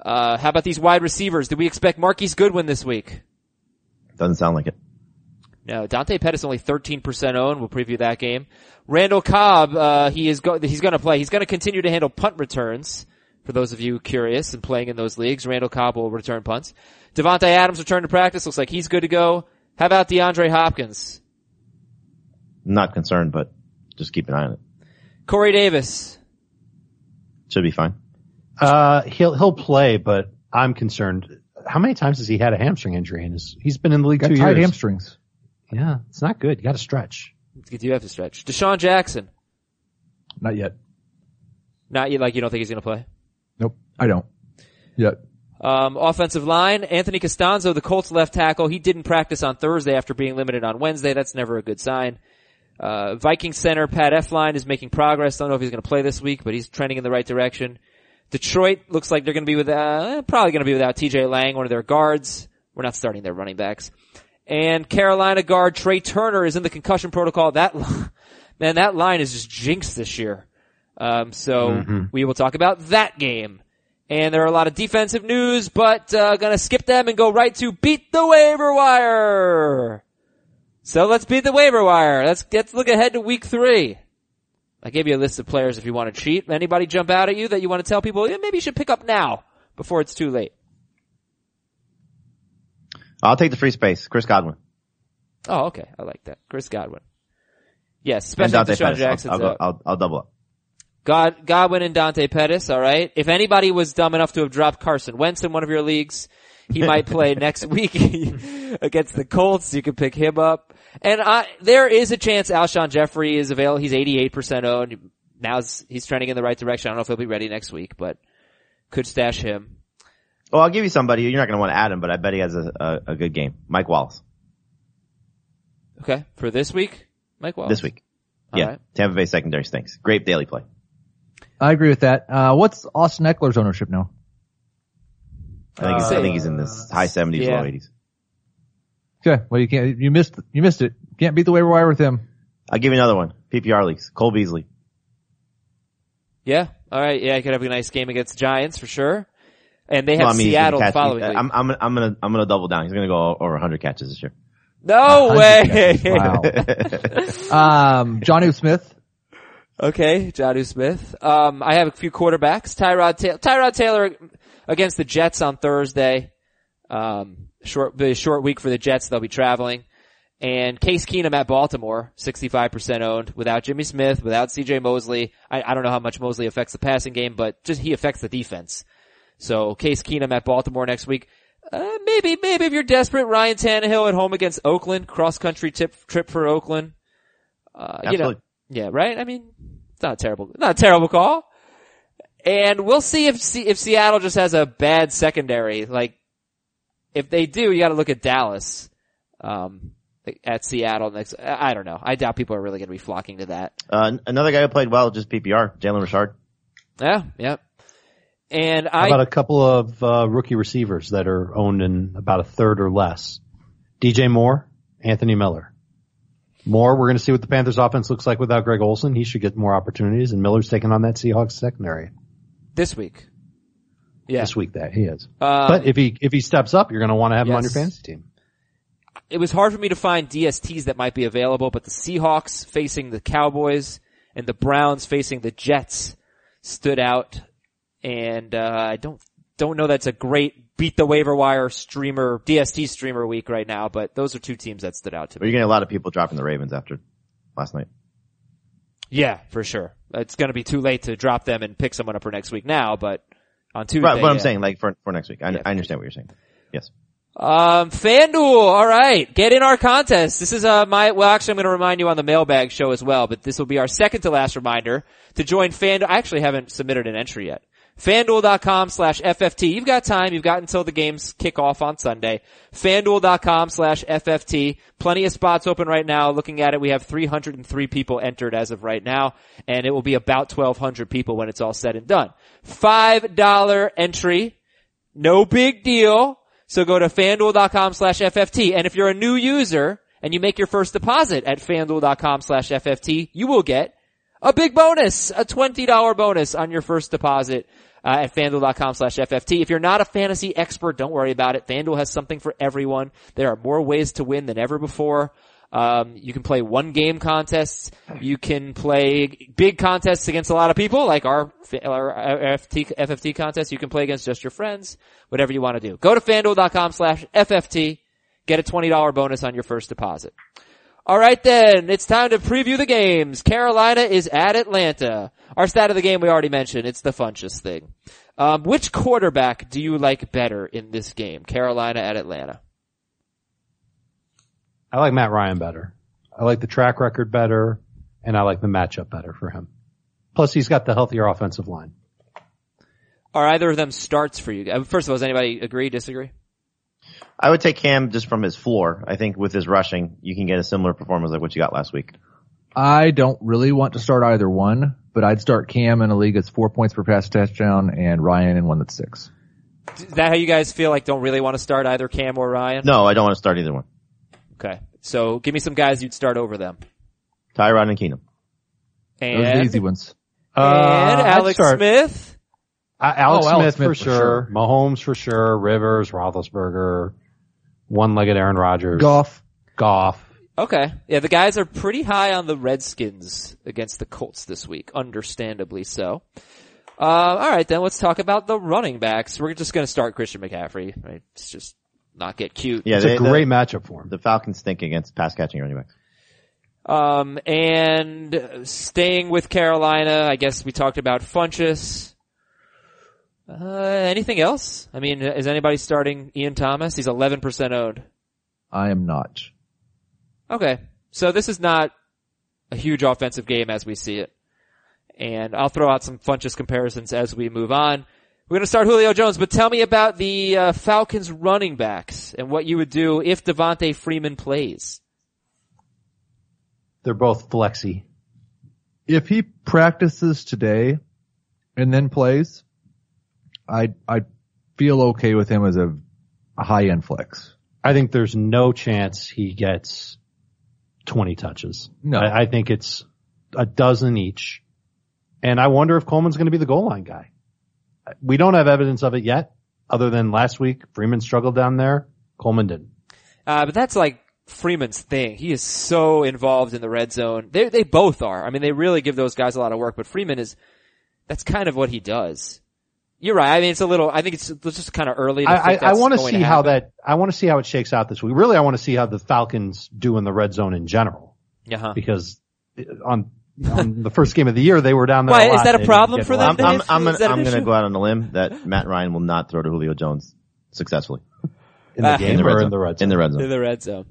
[SPEAKER 2] Uh, how about these wide receivers? Do we expect Marquise Goodwin this week?
[SPEAKER 4] Doesn't sound like it.
[SPEAKER 2] No, Dante Pettis only 13% owned. We'll preview that game. Randall Cobb, uh, he is go- he's gonna play. He's gonna continue to handle punt returns. For those of you curious and playing in those leagues, Randall Cobb will return punts. Devontae Adams returned to practice. Looks like he's good to go. How about DeAndre Hopkins?
[SPEAKER 4] Not concerned, but just keep an eye on it.
[SPEAKER 2] Corey Davis.
[SPEAKER 4] Should be fine.
[SPEAKER 5] Uh, he'll, he'll play, but I'm concerned. How many times has he had a hamstring injury? And his, he's been in the league
[SPEAKER 3] Got
[SPEAKER 5] two
[SPEAKER 3] tight
[SPEAKER 5] years.
[SPEAKER 3] hamstrings.
[SPEAKER 5] yeah, it's not good. You got to stretch.
[SPEAKER 2] You do have to stretch. Deshaun Jackson.
[SPEAKER 3] Not yet.
[SPEAKER 2] Not you, like you don't think he's gonna play.
[SPEAKER 3] Nope. I don't. Yet.
[SPEAKER 2] Um, offensive line, Anthony Costanzo, the Colts left tackle. He didn't practice on Thursday after being limited on Wednesday. That's never a good sign. Uh, Viking center Pat Efline is making progress. Don't know if he's going to play this week, but he's trending in the right direction. Detroit looks like they're going to be with uh, probably going to be without T.J. Lang, one of their guards. We're not starting their running backs. And Carolina guard Trey Turner is in the concussion protocol. That li- man, that line is just jinxed this year. Um, so
[SPEAKER 4] Mm-hmm.
[SPEAKER 2] we will talk about that game. And there are a lot of defensive news, but uh, gonna skip them and go right to beat the waiver wire. So let's beat the waiver wire. Let's let's look ahead to week three. I gave you a list of players if you want to cheat. Anybody jump out at you that you want to tell people? Yeah, maybe you should pick up now before it's too late.
[SPEAKER 4] I'll take the free space. Chris Godwin.
[SPEAKER 2] Oh, okay, I like that. Chris Godwin. Yes,
[SPEAKER 4] And
[SPEAKER 2] especially
[SPEAKER 4] Dante
[SPEAKER 2] Deshaun
[SPEAKER 4] Pettis. I'll,
[SPEAKER 2] Jackson's
[SPEAKER 4] I'll, go,
[SPEAKER 2] out.
[SPEAKER 4] I'll, I'll double up.
[SPEAKER 2] God, Godwin and Dante Pettis, alright? If anybody was dumb enough to have dropped Carson Wentz in one of your leagues, he might play next week against the Colts. You could pick him up. And I, there is a chance Alshon Jeffrey is available. He's 88% owned. Now's, he's trending in the right direction. I don't know if he'll be ready next week, but could stash him.
[SPEAKER 4] Well, Oh, I'll give you somebody. You're not going to want to add him, but I bet he has a, a, a good game. Mike Wallace
[SPEAKER 2] Okay. For this week, Mike Wallace.
[SPEAKER 4] this week.
[SPEAKER 2] All
[SPEAKER 4] yeah.
[SPEAKER 2] right.
[SPEAKER 4] Tampa Bay secondary stinks. Great daily play.
[SPEAKER 3] I agree with that. Uh, what's Austin Eckler's ownership now?
[SPEAKER 4] I think, he's, I
[SPEAKER 2] Uh,
[SPEAKER 4] think he's in this high 70s,
[SPEAKER 2] yeah.
[SPEAKER 4] low 80s.
[SPEAKER 3] Okay. Well, you can't, you missed, you missed it. Can't beat the waiver wire with him.
[SPEAKER 4] I'll give you another one. PPR leagues. Cole Beasley.
[SPEAKER 2] Yeah. All right. Yeah, I could have a nice game against the Giants for sure. And they have
[SPEAKER 4] Well, I mean, he's gonna
[SPEAKER 2] Seattle the
[SPEAKER 4] catch-
[SPEAKER 2] following week.
[SPEAKER 4] Uh, I'm, I'm, gonna- I'm gonna, I'm gonna double down. He's gonna go over 100 catches this year.
[SPEAKER 2] no
[SPEAKER 3] 100
[SPEAKER 2] way.
[SPEAKER 3] catches. Wow. um, Johnny Smith.
[SPEAKER 2] Okay, Jadu Smith. Um, I have a few quarterbacks. Tyrod Taylor, Tyrod Taylor against the Jets on Thursday. Um, short, be a short week for the Jets. They'll be traveling. and Case Keenum at Baltimore, 65% owned, without Jimmy Smith, without CJ Mosley. I, I don't know how much Mosley affects the passing game, but just he affects the defense. So Case Keenum at Baltimore next week. Uh, maybe, maybe if you're desperate, Ryan Tannehill at home against Oakland, cross country tip trip for Oakland. Uh, you know,
[SPEAKER 4] Absolutely.
[SPEAKER 2] yeah, right. I mean, it's not a terrible, not a terrible call. And we'll see if Se- if Seattle just has a bad secondary. Like, if they do, you got to look at Dallas um, at Seattle next. I I don't know. I doubt people are really going to be flocking to that.
[SPEAKER 4] Uh, an- another guy who played well, just PPR, Jalen Richard.
[SPEAKER 2] Yeah, yeah. And
[SPEAKER 5] How
[SPEAKER 2] I
[SPEAKER 5] about a couple of uh, rookie receivers that are owned in about a third or less? DJ Moore, Anthony Miller. Moore, we're going to see what the Panthers offense looks like without Greg Olson. He should get more opportunities, and Miller's taking on that Seahawks secondary
[SPEAKER 2] this week. Yeah.
[SPEAKER 5] this week. That he is,
[SPEAKER 2] Um,
[SPEAKER 5] but if he if he steps up, you're going to want to have him on your
[SPEAKER 2] yes.
[SPEAKER 5] fantasy team.
[SPEAKER 2] it was hard for me to find DSTs that might be available, but the Seahawks facing the Cowboys and the Browns facing the Jets stood out. And uh, I don't don't know that's a great beat the waiver wire streamer DST streamer week right now, but those are two teams that stood out to
[SPEAKER 4] But
[SPEAKER 2] me.
[SPEAKER 4] you're getting a lot of people dropping the Ravens after last night.
[SPEAKER 2] Yeah, for sure. It's going to be too late to drop them and pick someone up for next week now, but on Tuesday.
[SPEAKER 4] Right, but I'm
[SPEAKER 2] yeah.
[SPEAKER 4] saying like for for next week. I,
[SPEAKER 2] Yeah.
[SPEAKER 4] I understand what you're saying. Yes.
[SPEAKER 2] Um, FanDuel, all right, get in our contest. This is uh my well, actually, I'm going to remind you on the mailbag show as well, but this will be our second to last reminder to join FanDuel. I actually haven't submitted an entry yet. FanDuel.com slash FFT. You've got time. You've got until the games kick off on Sunday. FanDuel.com slash FFT. Plenty of spots open right now. Looking at it, we have 303 people entered as of right now, and it will be about 1,200 people when it's all said and done. $5 entry. No big deal. So go to fanduel.com slash FFT. And if you're a new user and you make your first deposit at fanduel.com slash FFT, you will get a big bonus, a $20 bonus on your first deposit uh, at fanduel.com slash FFT. If you're not a fantasy expert, don't worry about it. Fanduel has something for everyone. There are more ways to win than ever before. Um, you can play one game contests. You can play big contests against a lot of people, like our, our FFT, FFT contest. You can play against just your friends, whatever you want to do. Go to fanduel.com slash FFT. Get a $20 bonus on your first deposit. All right then, it's time to preview the games. Carolina is at Atlanta. Our stat of the game we already mentioned. It's the funchest thing. Um, which quarterback do you like better in this game? Carolina at Atlanta.
[SPEAKER 5] I like Matt Ryan better. I like the track record better, and I like the matchup better for him. Plus, he's got the healthier offensive line.
[SPEAKER 2] Are either of them starts for you? uh, First of all, does anybody agree, disagree?
[SPEAKER 4] I would take Cam just from his floor. I think with his rushing, you can get a similar performance like what you got last week.
[SPEAKER 3] I don't really want to start either one, but I'd start Cam in a league that's four points per pass touchdown and Ryan in one that's six.
[SPEAKER 2] Is that how you guys feel like don't really want to start either Cam or Ryan?
[SPEAKER 4] No, I don't want to start either one.
[SPEAKER 2] Okay. So give me some guys you'd start over them.
[SPEAKER 4] Tyrod and Keenum.
[SPEAKER 3] Those are the
[SPEAKER 2] And,
[SPEAKER 3] easy ones.
[SPEAKER 2] and
[SPEAKER 5] Uh, I'd
[SPEAKER 2] Alex
[SPEAKER 5] start-
[SPEAKER 2] Smith.
[SPEAKER 5] I- Alex,
[SPEAKER 3] Oh, Alex
[SPEAKER 5] Smith, for, sure. Mahomes for sure. Rivers, Roethlisberger, one-legged Aaron Rodgers,
[SPEAKER 3] Golf.
[SPEAKER 5] Goff.
[SPEAKER 2] Okay. Yeah, the guys are pretty high on the Redskins against the Colts this week, understandably so. Uh, alright then, let's talk about the running backs. We're just gonna start Christian McCaffrey. Right? Let's just not get cute.
[SPEAKER 4] Yeah,
[SPEAKER 5] It's
[SPEAKER 4] they-
[SPEAKER 5] a
[SPEAKER 4] the-
[SPEAKER 5] great matchup for him.
[SPEAKER 4] The Falcons stink against pass catching running backs.
[SPEAKER 2] Um, and staying with Carolina, I guess we talked about Funchess. Uh, anything else? I mean, is anybody starting Ian Thomas? He's 11% owned.
[SPEAKER 3] I am not.
[SPEAKER 2] Okay. So this is not a huge offensive game as we see it. And I'll throw out some Funchess comparisons as we move on. We're going to start Julio Jones, but tell me about the uh, Falcons running backs and what you would do if Devontae Freeman plays.
[SPEAKER 5] They're both flexy.
[SPEAKER 3] If he practices today and then plays, I I feel okay with him as a high end flex.
[SPEAKER 5] I think there's no chance he gets 20 touches.
[SPEAKER 3] No.
[SPEAKER 5] I, I think it's a dozen each. And I wonder if Coleman's going to be the goal line guy. We don't have evidence of it yet, other than last week Freeman struggled down there. Coleman didn't.
[SPEAKER 2] Uh, but that's like Freeman's thing. He is so involved in the red zone. They they both are. I mean, they really give those guys a lot of work. But Freeman is that's kind of what he does. You're right. I mean, it's a little. I think it's, it's just kind of early. To
[SPEAKER 5] I, I,
[SPEAKER 2] think
[SPEAKER 5] I
[SPEAKER 2] that's
[SPEAKER 5] want to
[SPEAKER 2] going
[SPEAKER 5] see how
[SPEAKER 2] happen.
[SPEAKER 5] that, I want to see how it shakes out this week. Really, I want to see how the Falcons do in the red zone in general
[SPEAKER 2] Yeah. huh.
[SPEAKER 5] because uh, on, on the first game of the year, they were down there.
[SPEAKER 2] Why
[SPEAKER 5] a lot.
[SPEAKER 2] is that a
[SPEAKER 5] They didn't
[SPEAKER 2] problem
[SPEAKER 5] get
[SPEAKER 2] for
[SPEAKER 5] a
[SPEAKER 2] them?
[SPEAKER 5] lot.
[SPEAKER 4] I'm, I'm,
[SPEAKER 2] Is
[SPEAKER 4] I'm,
[SPEAKER 2] that
[SPEAKER 4] gonna,
[SPEAKER 2] an
[SPEAKER 4] I'm gonna
[SPEAKER 2] issue?
[SPEAKER 4] go out on a limb that Matt Ryan will not throw to Julio Jones successfully
[SPEAKER 5] in the
[SPEAKER 2] Ah.
[SPEAKER 5] game or in the red zone?
[SPEAKER 4] In the red
[SPEAKER 2] in
[SPEAKER 4] zone.
[SPEAKER 2] the red zone.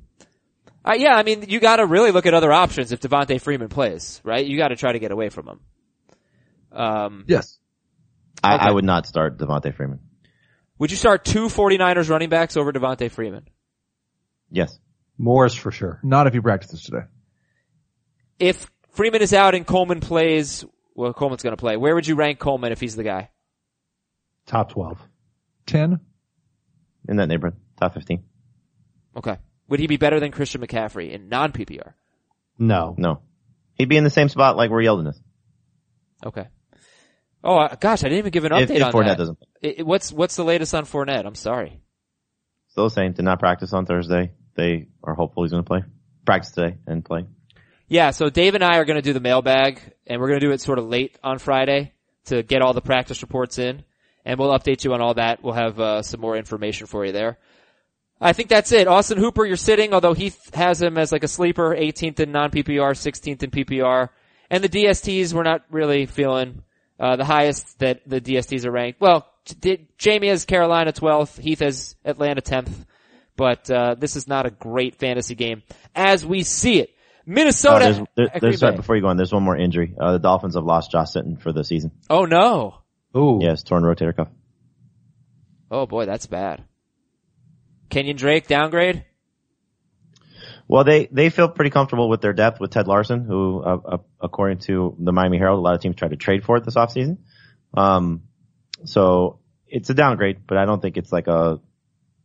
[SPEAKER 2] Uh, yeah, I mean, you got to really look at other options if Devontae Freeman plays, right? You got to try to get away from him. Um,
[SPEAKER 3] Yes.
[SPEAKER 4] I, I
[SPEAKER 2] Okay.
[SPEAKER 4] would not start Devontae Freeman.
[SPEAKER 2] would you start two 49ers running backs over Devontae Freeman?
[SPEAKER 4] Yes.
[SPEAKER 5] Morris for sure.
[SPEAKER 3] Not if he practices today.
[SPEAKER 2] If Freeman is out and Coleman plays, well, Coleman's going to play. Where would you rank Coleman if he's the guy?
[SPEAKER 5] Top 12.
[SPEAKER 3] 10?
[SPEAKER 4] In that neighborhood. Top 15.
[SPEAKER 2] Okay. Would he be better than Christian McCaffrey in non-PPR?
[SPEAKER 5] No.
[SPEAKER 4] No. He'd be in the same spot like where Yeldon is.
[SPEAKER 2] Okay. Oh uh, gosh, I didn't even give an update
[SPEAKER 4] If, if
[SPEAKER 2] on
[SPEAKER 4] Fournette
[SPEAKER 2] that.
[SPEAKER 4] doesn't.
[SPEAKER 2] I- I- what's what's the latest on Fournette? I'm sorry.
[SPEAKER 4] Still the same. Did not practice on Thursday. They are hopeful he's gonna play. Practice today and play.
[SPEAKER 2] Yeah, so Dave and I are going to do the mailbag, and we're going to do it sort of late on Friday to get all the practice reports in, and we'll update you on all that. We'll have uh, some more information for you there. I think that's it. Austin Hooper, you're sitting, although Heath has him as like a sleeper, 18th in non-PPR, 16th in PPR, and the DSTs we're not really feeling uh, the highest that the DSTs are ranked. Well, J- Jamie has Carolina 12th, Heath has Atlanta 10th but uh, this is not a great fantasy game as we see it.
[SPEAKER 4] Uh,
[SPEAKER 2] Minnesota.
[SPEAKER 4] there's, there,
[SPEAKER 2] at
[SPEAKER 4] there's,
[SPEAKER 2] Green
[SPEAKER 4] sorry,
[SPEAKER 2] Bay.
[SPEAKER 4] before you go on, there's one more injury. Uh, the Dolphins have lost Josh Sitton for the season.
[SPEAKER 2] oh no!
[SPEAKER 5] Ooh.
[SPEAKER 4] Yes, torn rotator cuff.
[SPEAKER 2] Oh boy, that's bad. Kenyon Drake downgrade.
[SPEAKER 4] Well, they, they feel pretty comfortable with their depth with Ted Larson, who, uh, uh, according to the Miami Herald, a lot of teams tried to trade for it this offseason. Um, so it's a downgrade, but I don't think it's like a,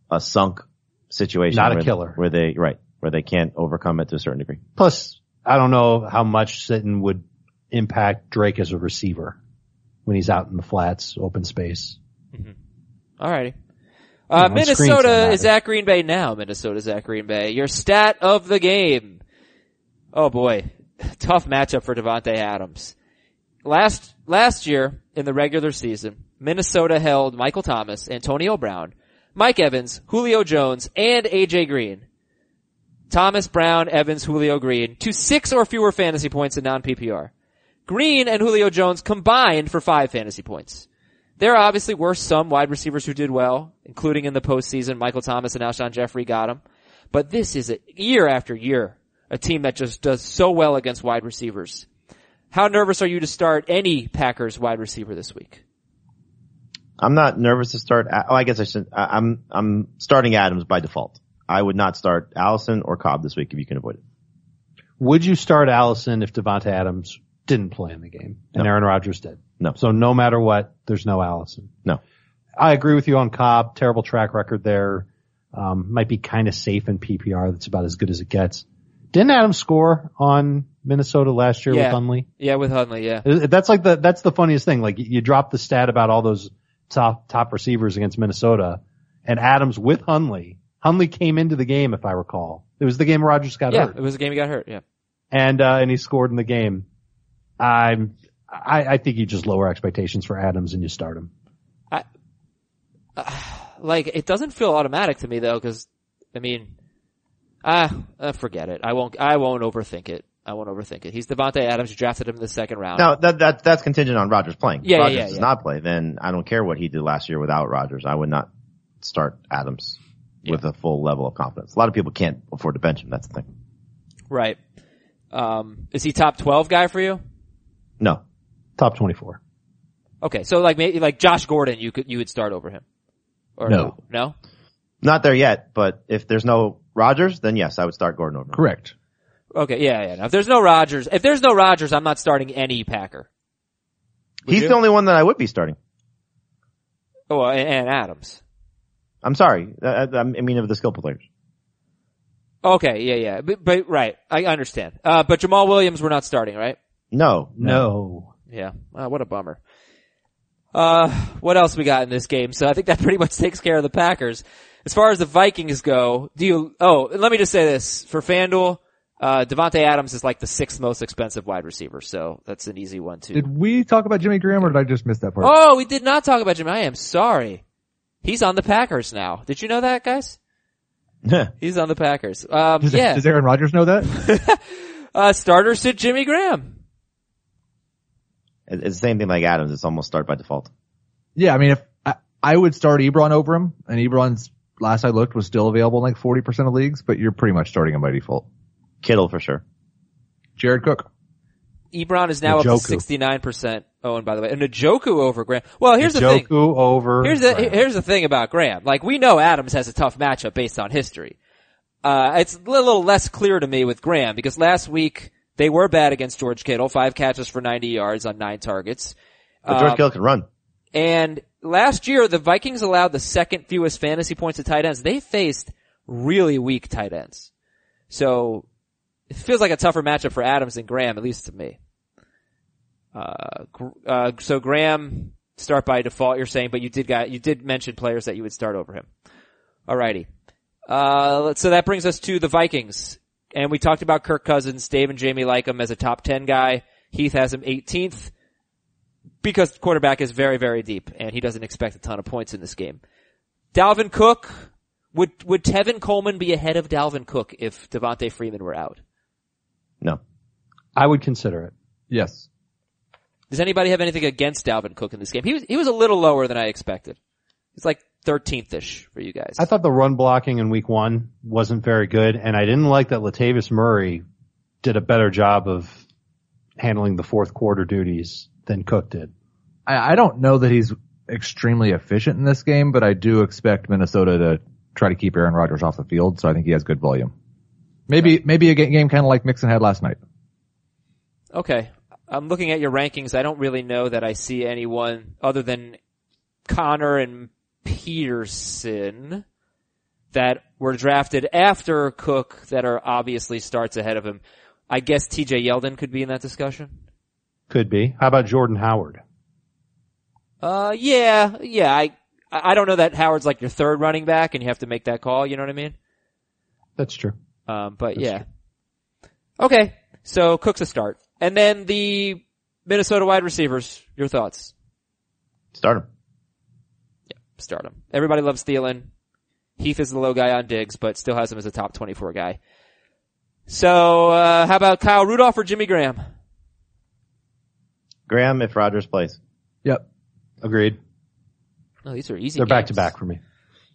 [SPEAKER 4] a sunk situation.
[SPEAKER 5] Not a
[SPEAKER 4] where-
[SPEAKER 5] killer.
[SPEAKER 4] Where they, right, where they can't overcome it to a certain degree.
[SPEAKER 5] Plus, I don't know how much Sitton would impact Drake as a receiver when he's out in the flats, open space.
[SPEAKER 2] Alrighty. Uh,
[SPEAKER 5] on screen's gonna
[SPEAKER 2] Minnesota
[SPEAKER 5] matter.
[SPEAKER 2] is at Green Bay now. Minnesota's at Green Bay. Your stat of the game. Oh boy. Tough matchup for Devontae Adams. Last, last year in the regular season, Minnesota held Michael Thomas, Antonio Brown, Mike Evans, Julio Jones, and AJ Green. Thomas Brown, Evans, Julio Green to six or fewer fantasy points in non-PPR. Green and Julio Jones combined for five fantasy points. There obviously were some wide receivers who did well, including in the postseason. Michael Thomas and Alshon Jeffrey got them. But this is a year after year, a team that just does so well against wide receivers. How nervous are you to start any Packers wide receiver this week?
[SPEAKER 4] I'm not nervous to start. Oh, I guess I should. I, I'm I'm starting Adams by default. I would not start Allison or Cobb this week if you can avoid it.
[SPEAKER 5] Would you start Allison if Devonta Adams didn't play in the game and Aaron Rodgers did?
[SPEAKER 4] No.
[SPEAKER 5] So no matter what, there's no Allison.
[SPEAKER 4] No.
[SPEAKER 5] I agree with you on Cobb. Terrible track record there. Um, might be kind of safe in PPR. That's about as good as it gets. Didn't Adams score on Minnesota last year
[SPEAKER 2] Yeah.
[SPEAKER 5] with Hunley?
[SPEAKER 2] Yeah, with Hunley, yeah.
[SPEAKER 5] It- That's like the that's the funniest thing. Like you drop the stat about all those top top receivers against Minnesota, and Adams with Hunley. Hunley came into the game, if I recall. It was the game Rogers got
[SPEAKER 2] Yeah, it
[SPEAKER 5] hurt,
[SPEAKER 2] was a game he got hurt, yeah.
[SPEAKER 5] and uh, and he scored in the game. I'm I, I think you just lower expectations for Adams and you start him.
[SPEAKER 2] Like, it doesn't feel automatic to me though, cause, I mean, ah, uh, forget it. I won't, I won't overthink it. I won't overthink it. He's Devontae Adams, you drafted him in the second round.
[SPEAKER 4] Now that that that's contingent on Rogers playing.
[SPEAKER 2] Yeah,
[SPEAKER 4] if
[SPEAKER 2] yeah,
[SPEAKER 4] Rogers
[SPEAKER 2] yeah,
[SPEAKER 4] does
[SPEAKER 2] yeah.
[SPEAKER 4] not play, then I don't care what he did last year without Rogers. I would not start Adams with a full level of confidence. A lot of people can't afford to bench him. That's the thing.
[SPEAKER 2] Right. Um, is he top 12 guy for you?
[SPEAKER 4] No,
[SPEAKER 5] Top twenty four.
[SPEAKER 2] Okay. So like maybe like Josh Gordon, you could, you would start over him. Or
[SPEAKER 3] No.
[SPEAKER 2] No?
[SPEAKER 4] not there yet. But if there's no Rogers, then yes, I would start Gordon over. him.
[SPEAKER 3] Correct.
[SPEAKER 2] Okay. Yeah. Yeah. no. If there's no Rogers, if there's no Rogers, I'm not starting any Packer.
[SPEAKER 4] He's
[SPEAKER 2] you?
[SPEAKER 4] the only one that I would be starting.
[SPEAKER 2] Oh, and, and Adams.
[SPEAKER 4] I'm sorry. I, I I mean, of the skillful players.
[SPEAKER 2] Okay. Yeah. Yeah. But, but right. I understand. Uh, but Jamal Williams, we're not starting, right?
[SPEAKER 4] No,
[SPEAKER 5] No.
[SPEAKER 2] Yeah. Uh, what a bummer. Uh, what else we got in this game? So I think that pretty much takes care of the Packers. As far as the Vikings go, do you, oh, and let me just say this. For FanDuel, Uh, Devontae Adams is like the sixth most expensive wide receiver, so that's an easy one too.
[SPEAKER 3] Did we talk about Jimmy Graham or did I just miss that part?
[SPEAKER 2] oh, we did not talk about Jimmy. I am sorry. He's on the Packers now. Did you know that, guys? He's on the Packers. Um,
[SPEAKER 3] does,
[SPEAKER 2] yeah.
[SPEAKER 3] does Aaron Rodgers know that?
[SPEAKER 2] Uh, starters to Jimmy Graham.
[SPEAKER 4] It's the same thing like Adams. It's almost start by default.
[SPEAKER 3] yeah, I mean, if I, I would start Ebron over him, and Ebron's last I looked was still available in like 40% of leagues, but you're pretty much starting him by default.
[SPEAKER 4] Kittle for sure.
[SPEAKER 3] Jared Cook.
[SPEAKER 2] Ebron is now up to
[SPEAKER 5] Njoku.
[SPEAKER 2] 69% owned, by the way. And Njoku over Graham. Well, here's the thing.
[SPEAKER 5] Joku over.
[SPEAKER 2] Here's the,
[SPEAKER 5] Brown.
[SPEAKER 2] here's the thing about Graham. Like, we know Adams has a tough matchup based on history. Uh, it's a little less clear to me with Graham because last week they were bad against George Kittle, five catches for 90 yards on nine targets.
[SPEAKER 4] But George
[SPEAKER 2] Um,
[SPEAKER 4] Kittle can run.
[SPEAKER 2] And last year, the Vikings allowed the second fewest fantasy points to tight ends. They faced really weak tight ends. So it feels like a tougher matchup for Adams than Graham, at least to me. Uh, Gr- uh, so Graham, start by default, you're saying, but you did got, you did mention players that you would start over him. Alrighty. Uh, let's- so that brings us to the Vikings. And we talked about Kirk Cousins. Dave and Jamie like him as a top 10 guy. Heath has him 18th because quarterback is very, very deep and he doesn't expect a ton of points in this game. Dalvin Cook, would, would Tevin Coleman be ahead of Dalvin Cook if Devontae Freeman were out?
[SPEAKER 4] No.
[SPEAKER 5] I would consider it.
[SPEAKER 3] Yes.
[SPEAKER 2] Does anybody have anything against Dalvin Cook in this game? He was, he was a little lower than I expected. He's like 13th-ish for you guys.
[SPEAKER 5] I thought the run blocking in week one wasn't very good, and I didn't like that Latavius Murray did a better job of handling the fourth quarter duties than Cook did.
[SPEAKER 3] I, I don't know that he's extremely efficient in this game, but I do expect Minnesota to try to keep Aaron Rodgers off the field, so I think he has good volume. Maybe maybe a ga- game kind of like Mixon had last night.
[SPEAKER 2] Okay. I'm looking at your rankings. I don't really know that I see anyone other than Connor and Peterson that were drafted after Cook that are obviously starts ahead of him. I guess TJ Yeldon could be in that discussion.
[SPEAKER 5] Could be. How about Jordan Howard?
[SPEAKER 2] Uh, yeah, yeah, I, I don't know that Howard's like your third running back and you have to make that call, you know what I mean?
[SPEAKER 5] That's true.
[SPEAKER 2] Um, but
[SPEAKER 5] That's
[SPEAKER 2] yeah. Okay. So Cook's a start. And then the Minnesota wide receivers, your thoughts?
[SPEAKER 4] Start him.
[SPEAKER 2] start him. Everybody loves Thielen. Heath is the low guy on Diggs, but still has him as a top 24 guy. So, uh, how about Kyle Rudolph or Jimmy Graham?
[SPEAKER 4] Graham if Rodgers plays.
[SPEAKER 3] Yep.
[SPEAKER 5] Agreed.
[SPEAKER 2] Oh, these are easy.
[SPEAKER 5] They're back to
[SPEAKER 2] games.
[SPEAKER 5] back for me.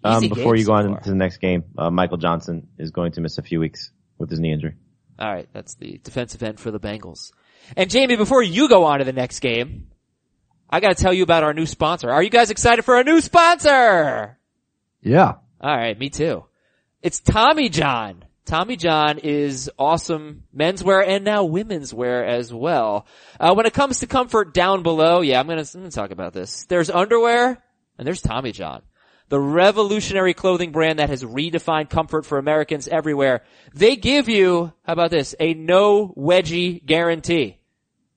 [SPEAKER 4] Um,
[SPEAKER 2] Easy
[SPEAKER 4] before
[SPEAKER 2] games
[SPEAKER 4] you go on
[SPEAKER 2] so far.
[SPEAKER 4] to the next game, uh, Michael Johnson is going to miss a few weeks with his knee injury.
[SPEAKER 2] All right, that's the defensive end for the Bengals. And Jamie, before you go on to the next game, I got to tell you about our new sponsor. Are you guys excited for a new sponsor?
[SPEAKER 3] Yeah.
[SPEAKER 2] All right, me too. It's Tommy John. Tommy John is awesome menswear and now women's wear as well. Uh, when it comes to comfort down below, yeah, I'm gonna, I'm gonna talk about this. There's underwear and there's Tommy John. The revolutionary clothing brand that has redefined comfort for Americans everywhere. They give you, how about this, a no wedgie guarantee.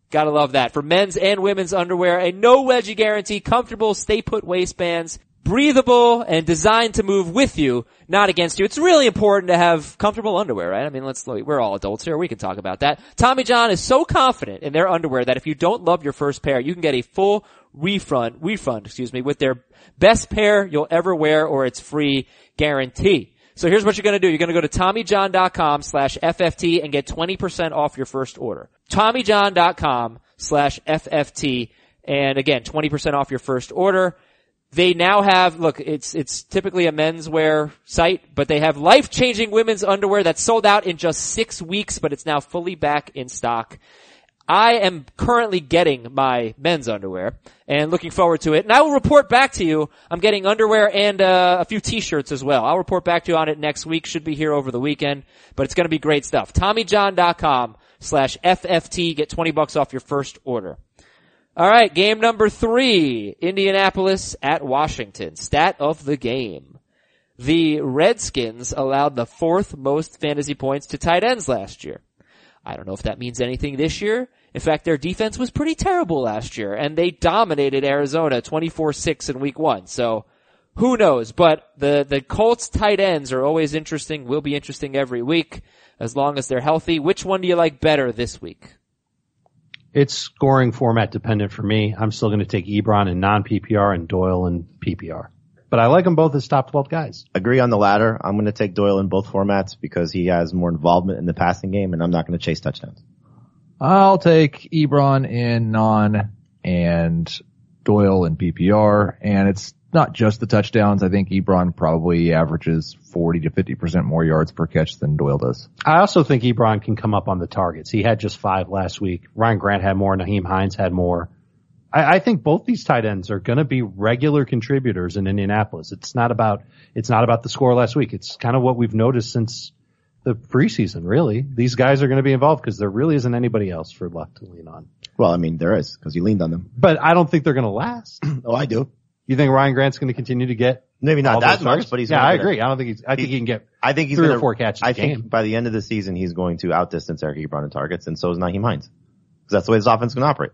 [SPEAKER 2] Gotta love that. For men's and women's underwear, a no wedgie guarantee, comfortable stay put waistbands, breathable and designed to move with you, not against you. It's really important to have comfortable underwear, right? I mean, let's, we're all adults here. We can talk about that. Tommy John is so confident in their underwear that if you don't love your first pair, you can get a full refund, refund, excuse me, with their best pair you'll ever wear or it's free guarantee. So here's what you're going to do. You're going to go to TommyJohn.com slash FFT and get 20% off your first order. TommyJohn.com slash FFT. And again, 20% off your first order. They now have, look, it's, it's typically a menswear site, but they have life-changing women's underwear that sold out in just six weeks, but it's now fully back in stock. I am currently getting my men's underwear and looking forward to it. And I will report back to you. I'm getting underwear and uh, a few t-shirts as well. I'll report back to you on it next week. Should be here over the weekend, but it's going to be great stuff. TommyJohn.com slash FFT. Get 20 bucks off your first order. All right. Game number three, Indianapolis at Washington. Stat of the game. The Redskins allowed the fourth most fantasy points to tight ends last year. I don't know if that means anything this year. In fact, their defense was pretty terrible last year and they dominated Arizona 24-6 in week one. So Who knows? But the, the Colts tight ends are always interesting, will be interesting every week as long as they're healthy. Which one do you like better this week?
[SPEAKER 5] It's scoring format dependent for me. I'm still going to take Ebron in non PPR and Doyle in PPR. But I like them both as top 12 guys.
[SPEAKER 4] Agree on the latter. I'm going to take Doyle in both formats because he has more involvement in the passing game, and I'm not going to chase touchdowns.
[SPEAKER 3] I'll take Ebron in non and Doyle in PPR, and it's not just the touchdowns. I think Ebron probably averages 40 to 50% more yards per catch than Doyle does.
[SPEAKER 5] I also think Ebron can come up on the targets. He had just five last week. Ryan Grant had more. Naheem Hines had more. I, I think both these tight ends are going to be regular contributors in Indianapolis. It's not about, it's not about the score last week. It's kind of what we've noticed since the preseason, really. These guys are going to be involved because there really isn't anybody else for left to lean on.
[SPEAKER 4] Well, I mean, there is because you leaned on them.
[SPEAKER 5] But I don't think they're going to last.
[SPEAKER 4] Oh, I do.
[SPEAKER 5] You think Ryan Grant's going to continue to get?
[SPEAKER 4] Maybe not
[SPEAKER 5] all
[SPEAKER 4] that
[SPEAKER 5] those
[SPEAKER 4] much,
[SPEAKER 5] targets?
[SPEAKER 4] but he's
[SPEAKER 5] yeah.
[SPEAKER 4] gonna
[SPEAKER 5] I
[SPEAKER 4] get it.
[SPEAKER 5] agree. I don't think he's. I think
[SPEAKER 4] He-
[SPEAKER 5] he can get.
[SPEAKER 4] I think he's
[SPEAKER 5] Three or
[SPEAKER 4] gonna-
[SPEAKER 5] four catches
[SPEAKER 4] I
[SPEAKER 5] a
[SPEAKER 4] think
[SPEAKER 5] game.
[SPEAKER 4] by the end of the season, he's going to outdistance Eric Ebron in targets, and so is Naheem Hines. 'Cause that's the way this offense can operate.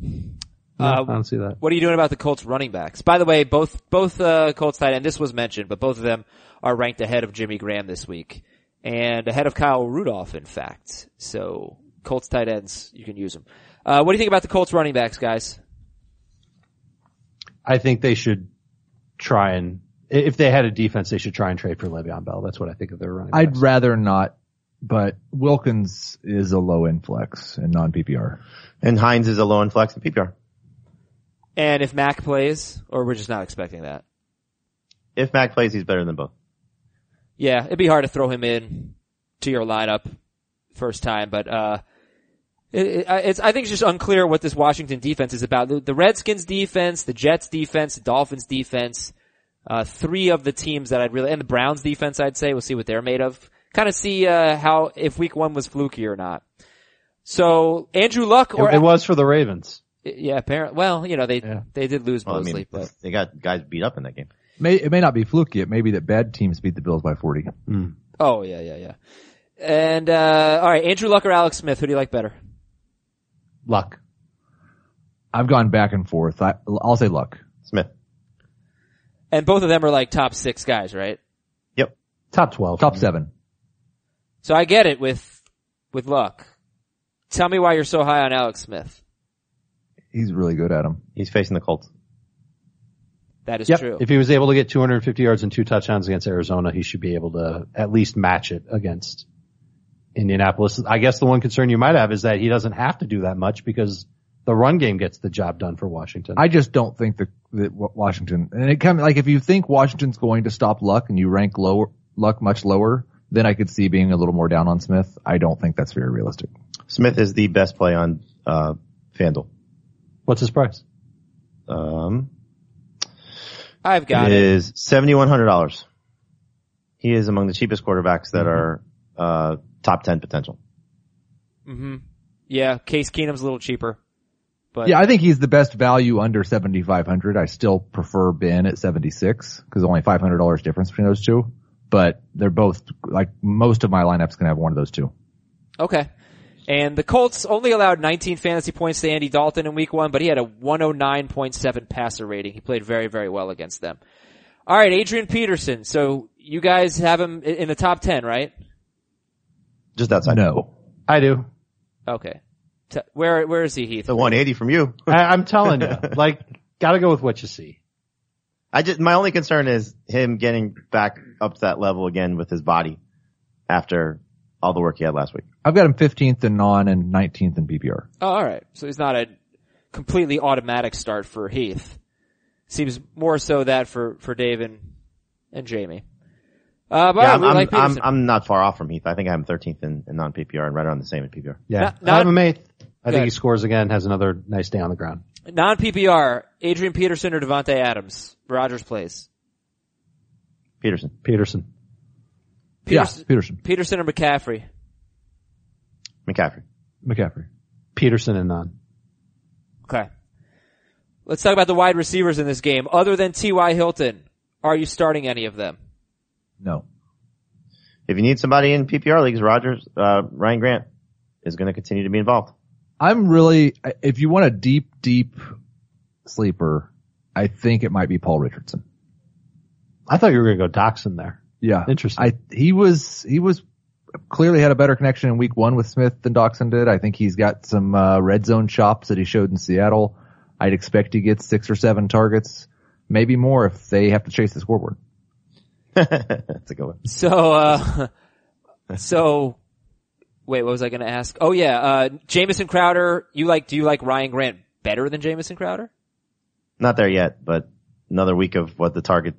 [SPEAKER 5] no,
[SPEAKER 2] Uh,
[SPEAKER 5] I don't see that.
[SPEAKER 2] What are you doing about the Colts running backs? By the way, both both uh, Colts tight end. This was mentioned, but both of them are ranked ahead of Jimmy Graham this week and ahead of Kyle Rudolph, in fact. So Colts tight ends, you can use them. Uh, what do you think about the Colts running backs, guys?
[SPEAKER 5] I think they should try and i- if they had a defense, they should try and trade for Le'Veon Bell. That's what I think of their running.
[SPEAKER 3] I'd
[SPEAKER 5] backs.
[SPEAKER 3] rather not, but Wilkins is a low inflex in non PPR.
[SPEAKER 4] And Hines is a low and flex in PPR.
[SPEAKER 2] And if Mac plays, or we're just not expecting that.
[SPEAKER 4] If Mac plays, he's better than both.
[SPEAKER 2] Yeah, it'd be hard to throw him in to your lineup first time, but uh, it, it, I- it's I think it's just unclear what this Washington defense is about. The, the Redskins defense, the Jets defense, the Dolphins defense, uh, three of the teams that I'd really and the Browns defense I'd say we'll see what they're made of. Kind of see uh, how if Week One was fluky or not. So Andrew Luck or
[SPEAKER 5] It, it was for the Ravens.
[SPEAKER 2] yeah, apparently. Well, you know they
[SPEAKER 5] Yeah.
[SPEAKER 2] they did lose
[SPEAKER 4] Well, I
[SPEAKER 2] mostly,
[SPEAKER 4] mean,
[SPEAKER 2] but
[SPEAKER 4] they got guys beat up in that game.
[SPEAKER 3] May, it may not be fluky. It may be that bad teams beat the Bills by 40.
[SPEAKER 2] oh yeah, yeah, yeah. And uh, all right, Andrew Luck or Alex Smith, who do you like better?
[SPEAKER 5] Luck.
[SPEAKER 3] I've gone back and forth. I, I'll say luck.
[SPEAKER 4] Smith.
[SPEAKER 2] And both of them are like top six guys, right?
[SPEAKER 4] Yep.
[SPEAKER 5] Top twelve.
[SPEAKER 3] Top seven.
[SPEAKER 2] So I get it with, with luck. Tell me why you're so high on Alex Smith.
[SPEAKER 3] He's really good at them.
[SPEAKER 4] He's facing the Colts.
[SPEAKER 2] That is
[SPEAKER 5] Yep.
[SPEAKER 2] true.
[SPEAKER 5] If he was able to get 250 yards and two touchdowns against Arizona, he should be able to at least match it against Indianapolis. I guess the one concern you might have is that he doesn't have to do that much because the run game gets the job done for Washington.
[SPEAKER 3] I just don't think that, that Wa- Washington, and it comes, like if you think Washington's going to stop luck and you rank lower, luck much lower, then I could see being a little more down on Smith. I don't think that's very realistic.
[SPEAKER 4] Smith is the best play on, uh, FanDuel.
[SPEAKER 5] What's his price?
[SPEAKER 4] Um,
[SPEAKER 2] I've got
[SPEAKER 4] It
[SPEAKER 2] it.
[SPEAKER 4] is seventy one hundred dollars. He is among the cheapest quarterbacks that are
[SPEAKER 2] Mm-hmm.
[SPEAKER 4] uh, top ten potential.
[SPEAKER 2] hmm Yeah, Case Keenum's a little cheaper. But
[SPEAKER 3] Yeah, I think he's the best value under 7,500. I still prefer Ben at 76 because only $500 difference between those two, but they're both like most of my lineups can have one of those two.
[SPEAKER 2] okay. And the Colts only allowed 19 fantasy points to Andy Dalton in week one, oh but he had a 109.7 passer rating. He played very, very well against them. All right, Adrian Peterson. So you guys have him i- in the top 10, right?
[SPEAKER 4] Just outside.
[SPEAKER 3] No.
[SPEAKER 5] I do.
[SPEAKER 2] Okay. T- where, where is he, Heath?
[SPEAKER 4] The one eighty from you.
[SPEAKER 5] I, I'm telling you, like, gotta go with what you see.
[SPEAKER 4] I just my only concern is him getting back up to that level again with his body after all the work he had last week.
[SPEAKER 3] I've got him 15th in non and 19th in PPR.
[SPEAKER 2] Oh, all right. So he's not a completely automatic start for Heath. Seems more so that for for Dave and, and Jamie. Uh, but all
[SPEAKER 4] Yeah,
[SPEAKER 2] right,
[SPEAKER 4] I'm,
[SPEAKER 2] we
[SPEAKER 4] I'm,
[SPEAKER 2] like
[SPEAKER 4] I'm,
[SPEAKER 2] Peterson.
[SPEAKER 4] I'm not far off from Heath. I think I'm 13th in, in non PPR and right around the same in PPR.
[SPEAKER 5] Yeah.
[SPEAKER 2] Not- not-
[SPEAKER 5] I have him eighth. I
[SPEAKER 2] Good.
[SPEAKER 5] think he scores again, has another nice day on the ground.
[SPEAKER 2] Non PPR, Adrian Peterson or Devontae Adams. Rogers plays.
[SPEAKER 4] Peterson,
[SPEAKER 5] Peterson.
[SPEAKER 2] Peterson,
[SPEAKER 3] Yeah, Peterson.
[SPEAKER 2] Peterson or McCaffrey.
[SPEAKER 4] McCaffrey,
[SPEAKER 3] McCaffrey.
[SPEAKER 5] Peterson and none.
[SPEAKER 2] Okay. Let's talk about the wide receivers in this game. Other than T.Y. Hilton, are you starting any of them?
[SPEAKER 3] No.
[SPEAKER 4] if you need somebody in PPR leagues, Rogers, uh, Ryan Grant is going to continue to be involved.
[SPEAKER 3] I'm really, if you want a deep, deep sleeper, I think it might be Paul Richardson.
[SPEAKER 5] I thought you were going to go Doxson there.
[SPEAKER 3] Yeah.
[SPEAKER 5] Interesting.
[SPEAKER 3] I he was he was clearly had a better connection in week one with Smith than Doxson did. I think he's got some uh, red zone chops that he showed in Seattle. I'd expect he gets six or seven targets, maybe more if they have to chase the scoreboard.
[SPEAKER 4] That's a good one.
[SPEAKER 2] So, uh, so, wait, what was I gonna ask? Oh yeah, uh, Jamison Crowder, you like, do you like Ryan Grant better than Jamison Crowder?
[SPEAKER 4] Not there yet, but another week of what the target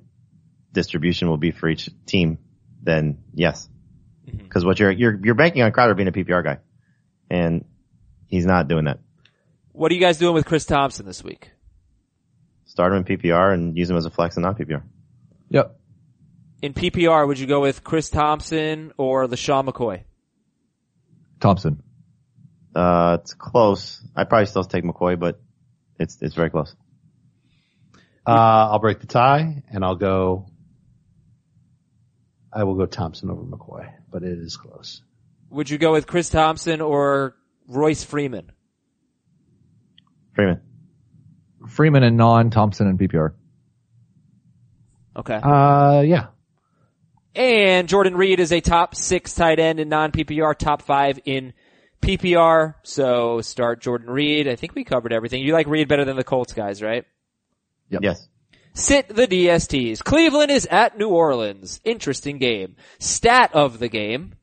[SPEAKER 4] distribution will be for each team, then yes. Because what you're you're you're banking on Crowder being a PPR guy, and he's not doing that.
[SPEAKER 2] What are you guys doing with Chris Thompson this week?
[SPEAKER 4] Start him in PPR and use him as a flex and not PPR.
[SPEAKER 3] Yep.
[SPEAKER 2] In PPR, would you go with Chris Thompson or LaShawn McCoy?
[SPEAKER 3] Thompson.
[SPEAKER 4] Uh, it's close. I probably still take McCoy, but it's it's very close.
[SPEAKER 5] Uh, I'll break the tie and I'll go. I will go Thompson over McCoy, but it is close.
[SPEAKER 2] Would you go with Chris Thompson or Royce Freeman?
[SPEAKER 4] Freeman.
[SPEAKER 3] Freeman and non Thompson and PPR.
[SPEAKER 2] Okay.
[SPEAKER 5] Uh, yeah.
[SPEAKER 2] And Jordan Reed is a top six tight end in non-PPR, top five in PPR. So start Jordan Reed. I think we covered everything. You like Reed better than the Colts guys, right?
[SPEAKER 3] Yep.
[SPEAKER 4] Yes.
[SPEAKER 2] Sit the DSTs. Cleveland is at New Orleans. Interesting game. Stat of the game.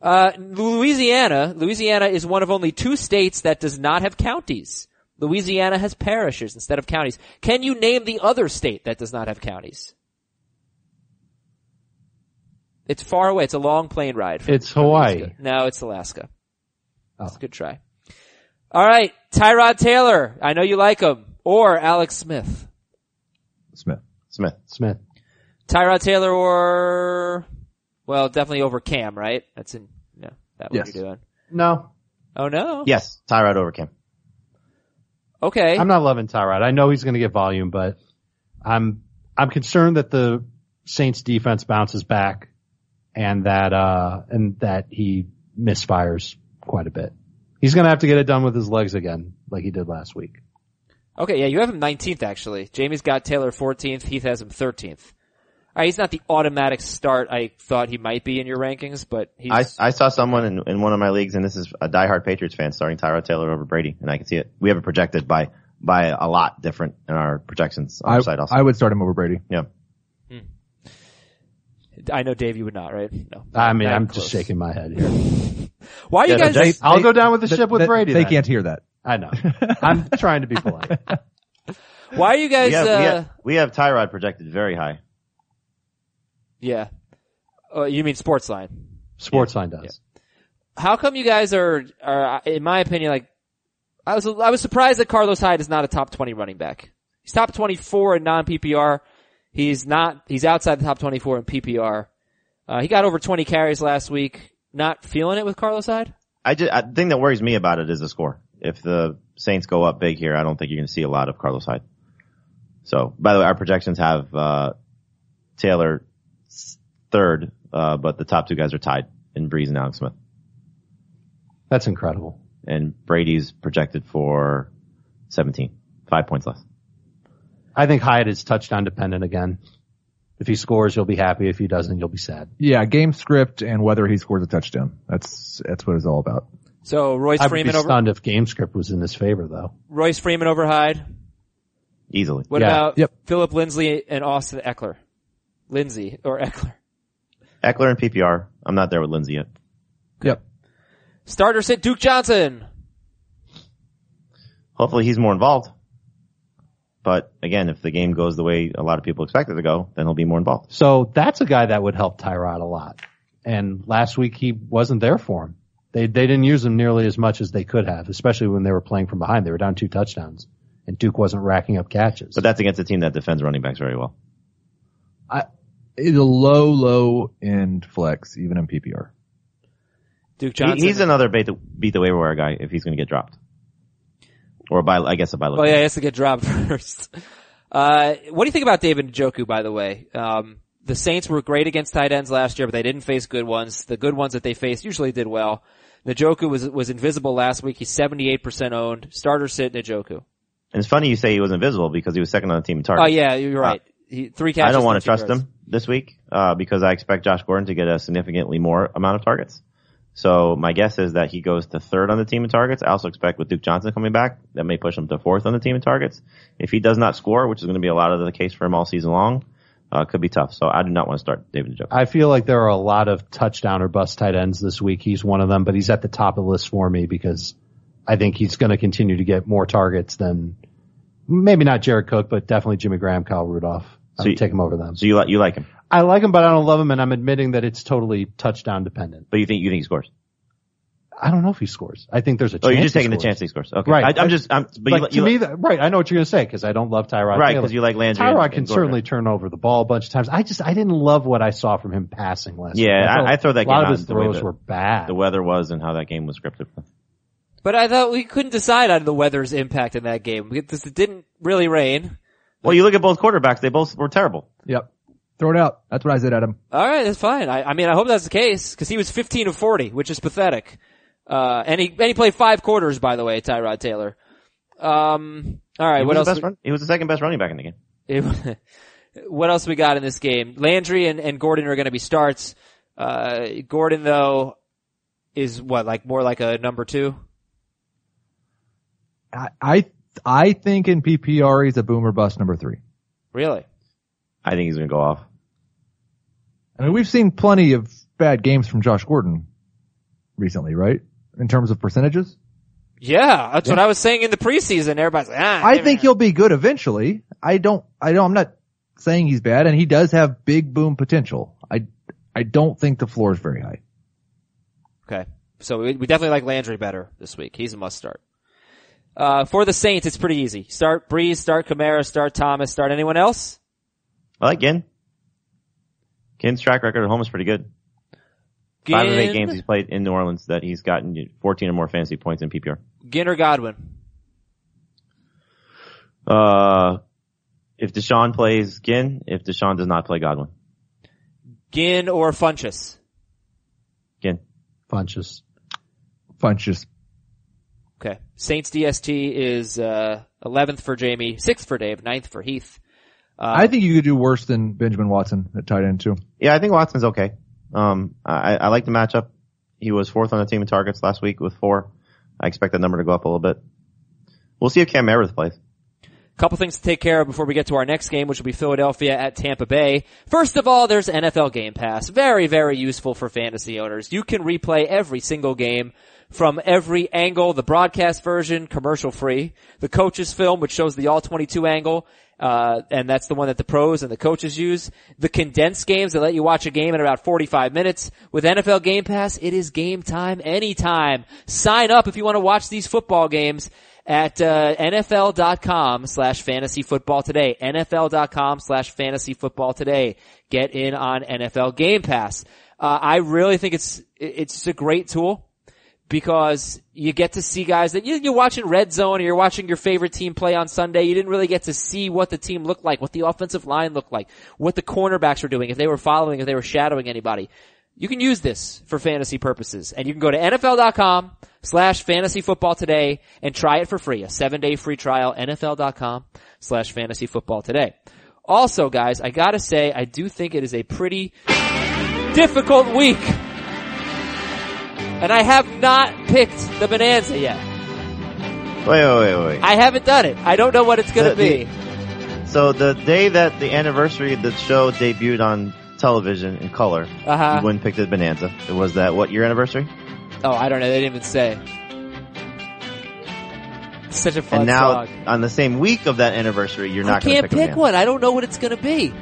[SPEAKER 2] Uh, Louisiana, Louisiana is one of only two states that does not have counties. Louisiana has parishes instead of counties. Can you name the other state that does not have counties? It's far away. It's a long plane ride.
[SPEAKER 5] It's Hawaii.
[SPEAKER 2] No, it's Alaska. That's
[SPEAKER 5] Oh.
[SPEAKER 2] a good try. All right, Tyrod Taylor. I know you like him, or Alex Smith.
[SPEAKER 3] Smith.
[SPEAKER 4] Smith.
[SPEAKER 5] Smith.
[SPEAKER 2] Tyrod Taylor, or well, definitely over Cam, right? That's in no, that what
[SPEAKER 3] Yes.
[SPEAKER 2] you're doing.
[SPEAKER 5] No,
[SPEAKER 2] Oh no.
[SPEAKER 4] Yes. Tyrod over Cam.
[SPEAKER 2] Okay.
[SPEAKER 5] I'm not loving Tyrod. I know he's going to get volume, but I'm, I'm concerned that the Saints defense bounces back and that, uh, and that he misfires quite a bit. He's going to have to get it done with his legs again, like he did last week.
[SPEAKER 2] Okay, yeah, you have him 19th actually. Jamie's got Taylor 14th, Heath has him 13th. Alright, he's not the automatic start I thought he might be in your rankings, but he's,
[SPEAKER 4] I I saw someone in, in one of my leagues, and this is a diehard Patriots fan starting Tyrod Taylor over Brady, and I can see it. We have it projected by by a lot different in our projections on
[SPEAKER 3] I,
[SPEAKER 4] our site also.
[SPEAKER 3] I would start him over Brady.
[SPEAKER 4] yeah.
[SPEAKER 2] I know Dave you would not, right? No.
[SPEAKER 5] I mean,
[SPEAKER 2] Not
[SPEAKER 5] I'm
[SPEAKER 2] close.
[SPEAKER 5] just shaking my head here.
[SPEAKER 2] Why are you
[SPEAKER 4] Yeah, no,
[SPEAKER 2] guys,
[SPEAKER 4] Dave-
[SPEAKER 5] I'll
[SPEAKER 3] They-
[SPEAKER 5] go down with Uh, the ship with
[SPEAKER 3] That-
[SPEAKER 5] Brady.
[SPEAKER 3] They
[SPEAKER 5] then.
[SPEAKER 3] can't hear that.
[SPEAKER 5] I know. I'm trying to be polite.
[SPEAKER 2] why are you guys,
[SPEAKER 4] We have,
[SPEAKER 2] uh,
[SPEAKER 4] we, have, we have Tyrod projected very high.
[SPEAKER 2] yeah. Uh, you mean Sportsline.
[SPEAKER 5] Sportsline does.
[SPEAKER 2] How come you guys are, are, in my opinion, like, I was, I was surprised that Carlos Hyde is not a top 20 running back. He's top 24 in non-PPR. He's not, he's outside the top 24 in PPR. Uh, he got over 20 carries last week. Not feeling it with Carlos Hyde?
[SPEAKER 4] I just I, the thing that worries me about it is the score. If the Saints go up big here, I don't think you're going to see a lot of Carlos Hyde. So, by the way, our projections have uh, Taylor s- third, uh, but the top two guys are tied in Breeze and Alex Smith.
[SPEAKER 5] That's incredible.
[SPEAKER 4] And Brady's projected for 17, five points less.
[SPEAKER 5] I think Hyatt is touchdown dependent again. If he scores, you'll be happy. If he doesn't, you'll be sad.
[SPEAKER 3] Yeah, game script and whether he scores a touchdown. That's that's what it's all about.
[SPEAKER 2] So Royce
[SPEAKER 5] I would be
[SPEAKER 2] Freeman over
[SPEAKER 5] stunned if game script was in his favor though.
[SPEAKER 2] Royce Freeman over Hyde.
[SPEAKER 4] Easily.
[SPEAKER 2] What
[SPEAKER 5] Yeah.
[SPEAKER 2] about
[SPEAKER 3] Yep.
[SPEAKER 2] Philip Lindsay and Austin Eckler? Lindsay or Eckler.
[SPEAKER 4] Eckler and PPR. I'm not there with Lindsey yet.
[SPEAKER 3] Yep.
[SPEAKER 2] Starter sit Duke Johnson.
[SPEAKER 4] Hopefully he's more involved. But again, if the game goes the way a lot of people expect it to go, then he'll be more involved.
[SPEAKER 5] So that's a guy that would help Tyrod a lot. And last week he wasn't there for him. They they didn't use him nearly as much as they could have, especially when they were playing from behind. They were down two touchdowns, and Duke wasn't racking up catches.
[SPEAKER 4] But that's against a team that defends running backs very well.
[SPEAKER 3] It's a low, low end flex, even in PPR.
[SPEAKER 2] Duke
[SPEAKER 4] He-
[SPEAKER 2] Johnson.
[SPEAKER 4] he's another beat the, beat the waiver wire guy if he's going to get dropped. Or by, I guess a by
[SPEAKER 2] oh yeah, he has to get dropped first. Uh, what do you think about David Njoku, by the way? Um, the Saints were great against tight ends last year, but they didn't face good ones. The good ones that they faced usually did well. Njoku was, was invisible last week. He's 78% owned. Starter sit Njoku.
[SPEAKER 4] And it's funny you say he was invisible because he was second on the team in
[SPEAKER 2] Oh
[SPEAKER 4] targets.
[SPEAKER 2] yeah, you're right. he, three catches.
[SPEAKER 4] I don't want
[SPEAKER 2] no
[SPEAKER 4] to trust
[SPEAKER 2] yards.
[SPEAKER 4] him this week uh, because I expect Josh Gordon to get a significantly more amount of targets. So my guess is that he goes to third on the team in targets. I also expect with Duke Johnson coming back, that may push him to fourth on the team in targets. If he does not score, which is going to be a lot of the case for him all season long, uh, could be tough. So I do not want to start David Njoku.
[SPEAKER 5] I feel like there are a lot of touchdown or bust tight ends this week. He's one of them, but he's at the top of the list for me because I think he's going to continue to get more targets than maybe not Jared Cook, but definitely Jimmy Graham, Kyle Rudolph.
[SPEAKER 4] So
[SPEAKER 5] I would
[SPEAKER 4] you-
[SPEAKER 5] take him over them.
[SPEAKER 4] So you like you like him,
[SPEAKER 5] I like him, but I don't love him, and I'm admitting that it's totally touchdown dependent.
[SPEAKER 4] but you think you think he scores?
[SPEAKER 5] I don't know if he scores. I think there's a.
[SPEAKER 4] Oh,
[SPEAKER 5] chance
[SPEAKER 4] you're just
[SPEAKER 5] he
[SPEAKER 4] taking the
[SPEAKER 5] scores.
[SPEAKER 4] chance that he scores. Okay,
[SPEAKER 5] Right.
[SPEAKER 4] I, I'm just I'm but
[SPEAKER 5] like,
[SPEAKER 4] you,
[SPEAKER 5] to
[SPEAKER 4] you
[SPEAKER 5] me, that, right? I know what you're going to say because I don't love Tyrod.
[SPEAKER 4] right
[SPEAKER 5] Taylor.
[SPEAKER 4] because you like Landry. and-
[SPEAKER 5] Tyrod
[SPEAKER 4] and
[SPEAKER 5] can
[SPEAKER 4] Gordon.
[SPEAKER 5] certainly turn over the ball a bunch of times. I just I didn't love what I saw from him passing last.
[SPEAKER 4] Yeah,
[SPEAKER 5] night.
[SPEAKER 4] I-
[SPEAKER 5] thought
[SPEAKER 4] I throw that
[SPEAKER 5] a lot
[SPEAKER 4] game
[SPEAKER 5] of
[SPEAKER 4] out
[SPEAKER 5] his
[SPEAKER 4] the way
[SPEAKER 5] throws
[SPEAKER 4] that-
[SPEAKER 5] were bad.
[SPEAKER 4] the weather was and how that game was scripted.
[SPEAKER 2] But I thought we couldn't decide on the weather's impact in that game because it didn't really rain.
[SPEAKER 4] Well, you look at both quarterbacks; they both were terrible.
[SPEAKER 3] Yep. Throw it out. That's what I said, Adam.
[SPEAKER 2] All right, that's fine. I, I mean, I hope that's the case because he was 15 of 40, which is pathetic. Uh, and he and he played five quarters, by the way, Tyrod Taylor. Um, all right,
[SPEAKER 4] He
[SPEAKER 2] what
[SPEAKER 4] was
[SPEAKER 2] else?
[SPEAKER 4] the best
[SPEAKER 2] we-
[SPEAKER 4] run- he was the second best running back in the game.
[SPEAKER 2] It- what else we got in this game? Landry and, and Gordon are going to be starts. Uh, Gordon though is what like more like a number two.
[SPEAKER 3] I, I, I think in PPR he's a boomer bust number three.
[SPEAKER 2] Really?
[SPEAKER 4] I think he's going to go off.
[SPEAKER 3] I mean, we've seen plenty of bad games from Josh Gordon recently, right? In terms of percentages.
[SPEAKER 2] Yeah, that's what I was saying in the preseason. Everybody's like, ah,
[SPEAKER 3] I think he'll be good eventually. I don't, I don't, I'm not saying he's bad and he does have big boom potential. I, I don't think the floor is very high.
[SPEAKER 2] Okay. So we, we definitely like Landry better this week. He's a must start. Uh, for the Saints, it's pretty easy. Start Breeze, start Kamara, start Thomas, start anyone else?
[SPEAKER 4] I like Ginn. Ginn's track record at home is pretty good. Five of eight
[SPEAKER 2] Ginn-
[SPEAKER 4] games he's played in New Orleans that he's gotten 14 or more fantasy points in PPR.
[SPEAKER 2] Ginn or Godwin?
[SPEAKER 4] Uh, if Deshaun plays Ginn, if Deshaun does not play Godwin,
[SPEAKER 2] Ginn or Funchess?
[SPEAKER 4] Ginn.
[SPEAKER 5] Funches.
[SPEAKER 3] Funch just
[SPEAKER 2] Okay. Saints DST is, uh, 11th for Jamie, 6th for Dave, 9th for Heath.
[SPEAKER 3] I think you could do worse than Benjamin Watson at tight end too.
[SPEAKER 4] Yeah, I think Watson's okay. Um, I, I like the matchup. He was fourth on the team in targets last week with four. I expect that number to go up a little bit. We'll see if Cam Meredith plays.
[SPEAKER 2] Couple things to take care of before we get to our next game, which will be Philadelphia at Tampa Bay. First of all, there's NFL Game Pass. Very, very useful for fantasy owners. You can replay every single game from every angle, the broadcast version, commercial free, the coaches film, which shows the all 22 angle, uh, and that's the one that the pros and the coaches use. The condensed games that let you watch a game in about 45 minutes. With NFL Game Pass, it is game time anytime. Sign up if you want to watch these football games at uh, nfl.com slash fantasy football today nfl.com slash fantasy football today get in on nfl game pass uh, i really think it's it's just a great tool because you get to see guys that you, you're watching red zone or you're watching your favorite team play on Sunday. You didn't really get to see what the team looked like, what the offensive line looked like, what the cornerbacks were doing, if they were following, if they were shadowing anybody. You can use this for fantasy purposes and you can go to NFL.com slash fantasy football today and try it for free. A seven day free trial, NFL.com slash fantasy football today. Also guys, I gotta say, I do think it is a pretty difficult week and I have not picked the Bonanza yet.
[SPEAKER 4] Wait, wait, wait, wait.
[SPEAKER 2] I haven't done it. I don't know what it's
[SPEAKER 4] The-
[SPEAKER 2] gonna
[SPEAKER 4] the-
[SPEAKER 2] be.
[SPEAKER 4] So the day that the anniversary of the show debuted on television in color,
[SPEAKER 2] Uh-huh.
[SPEAKER 4] you wouldn't pick the Bonanza. It was that what year anniversary?
[SPEAKER 2] Oh, I don't know. They didn't even say. Such a fun
[SPEAKER 4] and now
[SPEAKER 2] song.
[SPEAKER 4] on the same week of that anniversary, you're
[SPEAKER 2] I
[SPEAKER 4] not going to
[SPEAKER 2] can't
[SPEAKER 4] pick,
[SPEAKER 2] pick
[SPEAKER 4] a Bonanza.
[SPEAKER 2] one. I don't know what it's gonna be.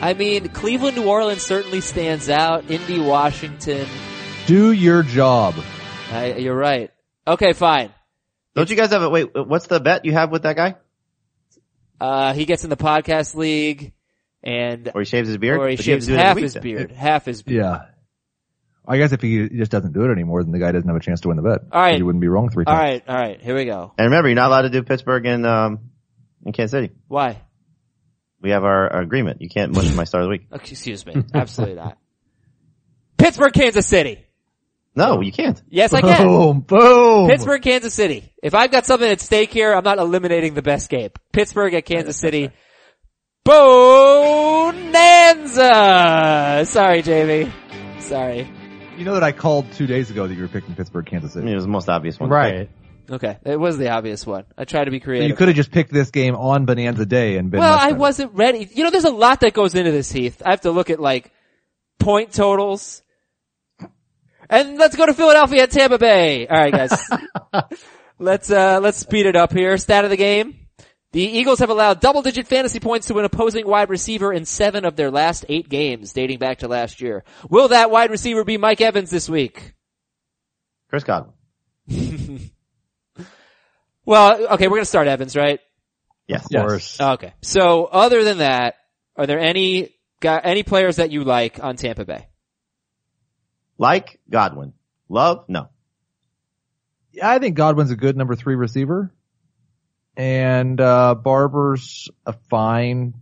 [SPEAKER 2] I mean, Cleveland, New Orleans certainly stands out. Indy, Washington.
[SPEAKER 3] Do your job.
[SPEAKER 2] I, you're right. Okay, fine.
[SPEAKER 4] Don't you guys have a wait? What's the bet you have with that guy?
[SPEAKER 2] Uh, he gets in the podcast league, and
[SPEAKER 4] Or he shaves his beard?
[SPEAKER 2] or he
[SPEAKER 4] But you have
[SPEAKER 2] shaves
[SPEAKER 4] to do it every
[SPEAKER 2] half
[SPEAKER 4] week
[SPEAKER 2] his
[SPEAKER 4] then.
[SPEAKER 2] beard. Half his beard.
[SPEAKER 3] Yeah. I guess if he just doesn't do it anymore, then the guy doesn't have a chance to win the bet.
[SPEAKER 2] All right.
[SPEAKER 3] You wouldn't be wrong three
[SPEAKER 2] All
[SPEAKER 3] times.
[SPEAKER 2] right, all right. Here we go.
[SPEAKER 4] And remember, you're not allowed to do Pittsburgh and um and Kansas City.
[SPEAKER 2] Why?
[SPEAKER 4] We have our, our agreement. You can't mush my star of the week.
[SPEAKER 2] Okay, Excuse me. Absolutely not. Pittsburgh, Kansas City.
[SPEAKER 4] No, you can't.
[SPEAKER 2] Yes, I can.
[SPEAKER 3] Boom, boom.
[SPEAKER 2] Pittsburgh, Kansas City. If I've got something at stake here, I'm not eliminating the best game. Pittsburgh at Kansas City. Bonanza! Sorry, Jamie. Sorry.
[SPEAKER 3] You know that I called two days ago that you were picking Pittsburgh, Kansas
[SPEAKER 4] I
[SPEAKER 3] City.
[SPEAKER 4] mean, it was the most obvious one. to
[SPEAKER 5] Right.
[SPEAKER 2] Okay, it was the obvious one. I tried to be
[SPEAKER 3] So
[SPEAKER 2] creative.
[SPEAKER 3] you could have just picked this game on Bonanza Day and been.
[SPEAKER 2] Well,
[SPEAKER 3] much
[SPEAKER 2] I
[SPEAKER 3] better.
[SPEAKER 2] wasn't ready. You know, there's a lot that goes into this, Heath. I have to look at like point totals. And let's go to Philadelphia at Tampa Bay. All right, guys. let's uh let's speed it up here. Stat of the game. The Eagles have allowed double digit fantasy points to an opposing wide receiver in seven of their last eight games dating back to last year. Will that wide receiver be Mike Evans this week?
[SPEAKER 4] pick. Chris Godwin.
[SPEAKER 2] Well, okay, we're gonna start Evans, right?
[SPEAKER 4] Yes.
[SPEAKER 5] Of
[SPEAKER 4] Yes.
[SPEAKER 5] course.
[SPEAKER 2] Okay. So other than that, are there any got any players that you like on Tampa Bay?
[SPEAKER 4] Like Godwin. Love? No.
[SPEAKER 3] I think Godwin's a good number three receiver, and uh Barber's a fine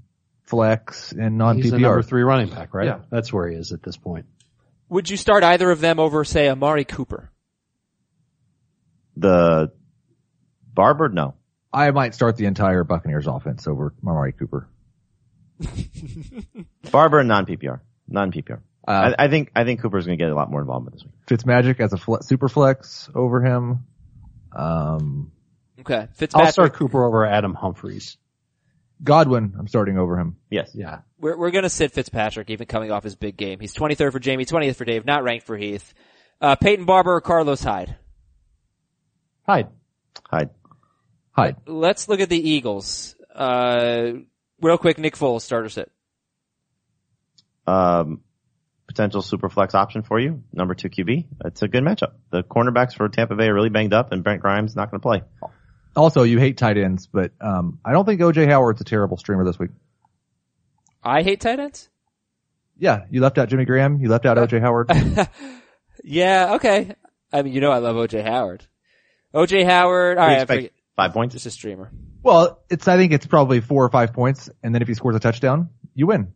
[SPEAKER 3] flex and non
[SPEAKER 5] He's the number
[SPEAKER 3] PPR.
[SPEAKER 5] three running back, right?
[SPEAKER 3] Yeah.
[SPEAKER 5] That's where he is at this point.
[SPEAKER 2] Would you start either of them over, say, Amari Cooper?
[SPEAKER 4] The Barber? No.
[SPEAKER 3] I might start the entire Buccaneers offense over Amari Cooper.
[SPEAKER 4] Barber non PPR. Non PPR.
[SPEAKER 3] Uh,
[SPEAKER 4] I, I think I think Cooper's going to get a lot more involvement this week.
[SPEAKER 3] Fitzmagic as a fle- super flex over him. Um,
[SPEAKER 2] Okay, Fitzpatrick.
[SPEAKER 5] I'll start Cooper over Adam Humphreys.
[SPEAKER 3] Godwin, I'm starting over him.
[SPEAKER 4] Yes.
[SPEAKER 5] Yeah.
[SPEAKER 2] We're we're gonna sit Fitzpatrick, even coming off his big game. He's 23rd for Jamie, 20th for Dave, not ranked for Heath. Uh, Peyton Barber or Carlos Hyde?
[SPEAKER 5] Hyde.
[SPEAKER 4] Hyde.
[SPEAKER 3] Hyde.
[SPEAKER 2] Let's look at the Eagles. Uh, real quick, Nick Foles starter sit.
[SPEAKER 4] um, potential super flex option for you. Number two QB. It's a good matchup. The cornerbacks for Tampa Bay are really banged up and Brent Grimes not going to play.
[SPEAKER 3] Also, you hate tight ends, but um, I don't think OJ Howard's a terrible streamer this week.
[SPEAKER 2] I hate tight ends.
[SPEAKER 3] Yeah, you left out Jimmy Graham. You left out OJ Howard.
[SPEAKER 2] Yeah, okay. I mean, you know I love OJ Howard. OJ Howard. All
[SPEAKER 4] We
[SPEAKER 2] right, I
[SPEAKER 4] expect
[SPEAKER 2] forget.
[SPEAKER 4] five points.
[SPEAKER 2] Just a streamer.
[SPEAKER 3] well, it's I think it's probably four or five points, and then if he scores a touchdown, you win.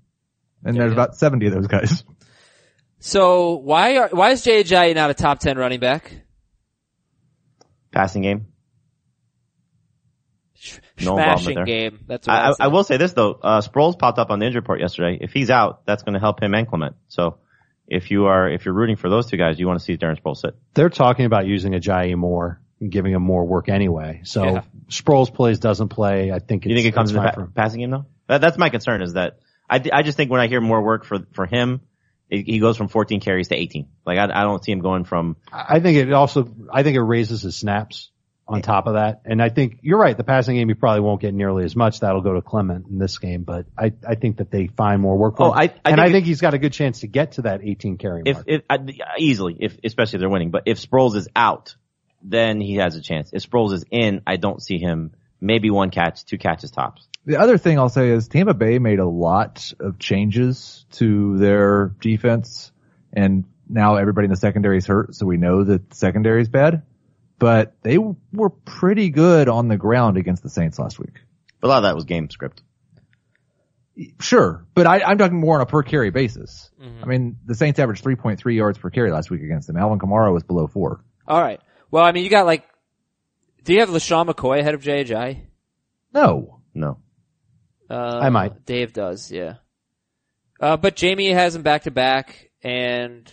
[SPEAKER 3] And there's about seventy of those guys.
[SPEAKER 2] So why are why is Jay Ajayi not a top 10 running back?
[SPEAKER 4] Passing game.
[SPEAKER 2] Sh-
[SPEAKER 4] No involvement
[SPEAKER 2] smashing
[SPEAKER 4] there.
[SPEAKER 2] game. That's what
[SPEAKER 4] I,
[SPEAKER 2] I,
[SPEAKER 4] I, I will say this though. Uh, Sproles popped up on the injury report yesterday. If he's out, that's going to help him and Clement. So if you are, if you're rooting for those two guys, you want to see Darren Sproles sit.
[SPEAKER 5] They're talking about using Ajayi more and giving him more work anyway. So
[SPEAKER 2] Yeah.
[SPEAKER 5] Sproles plays, doesn't play. I think it's,
[SPEAKER 4] You think it comes
[SPEAKER 5] it's
[SPEAKER 4] in the
[SPEAKER 5] fine
[SPEAKER 4] pa-
[SPEAKER 5] for him.
[SPEAKER 4] passing game though? That, that's my concern is that I, I just think when I hear more work for, for him, it, he goes from 14 carries to 18. Like I, I don't see him going from
[SPEAKER 5] I think it also, I think it raises his snaps on top of that. And I think you're right. The passing game, he probably won't get nearly as much. That'll go to Clement in this game, but I, I think that they find more work. For
[SPEAKER 4] Oh,
[SPEAKER 5] him.
[SPEAKER 4] I- I
[SPEAKER 5] and
[SPEAKER 4] think
[SPEAKER 5] I
[SPEAKER 4] it-
[SPEAKER 5] think he's got a good chance to get to that 18 carry
[SPEAKER 4] if,
[SPEAKER 5] mark.
[SPEAKER 4] if I, easily, if especially if they're winning. But if Sproles is out, then he has a chance. If Sproles is in, I don't see him. Maybe one catch, two catches tops.
[SPEAKER 3] The other thing I'll say is Tampa Bay made a lot of changes to their defense and now everybody in the secondary is hurt, so we know that the secondary is bad, but they were pretty good on the ground against the Saints last week.
[SPEAKER 4] But a lot of that was game script.
[SPEAKER 3] Sure, but I, I'm talking more on a per carry basis. I mean, the Saints averaged 3.3 yards per carry last week against them. Alvin Kamara was below four.
[SPEAKER 2] All right. Well, I mean, you got like, do you have LaShawn McCoy ahead of Jay Ajayi?
[SPEAKER 3] No.
[SPEAKER 4] No.
[SPEAKER 2] Uh,
[SPEAKER 5] I might.
[SPEAKER 2] Dave does, yeah. Uh, but Jamie has him back to back and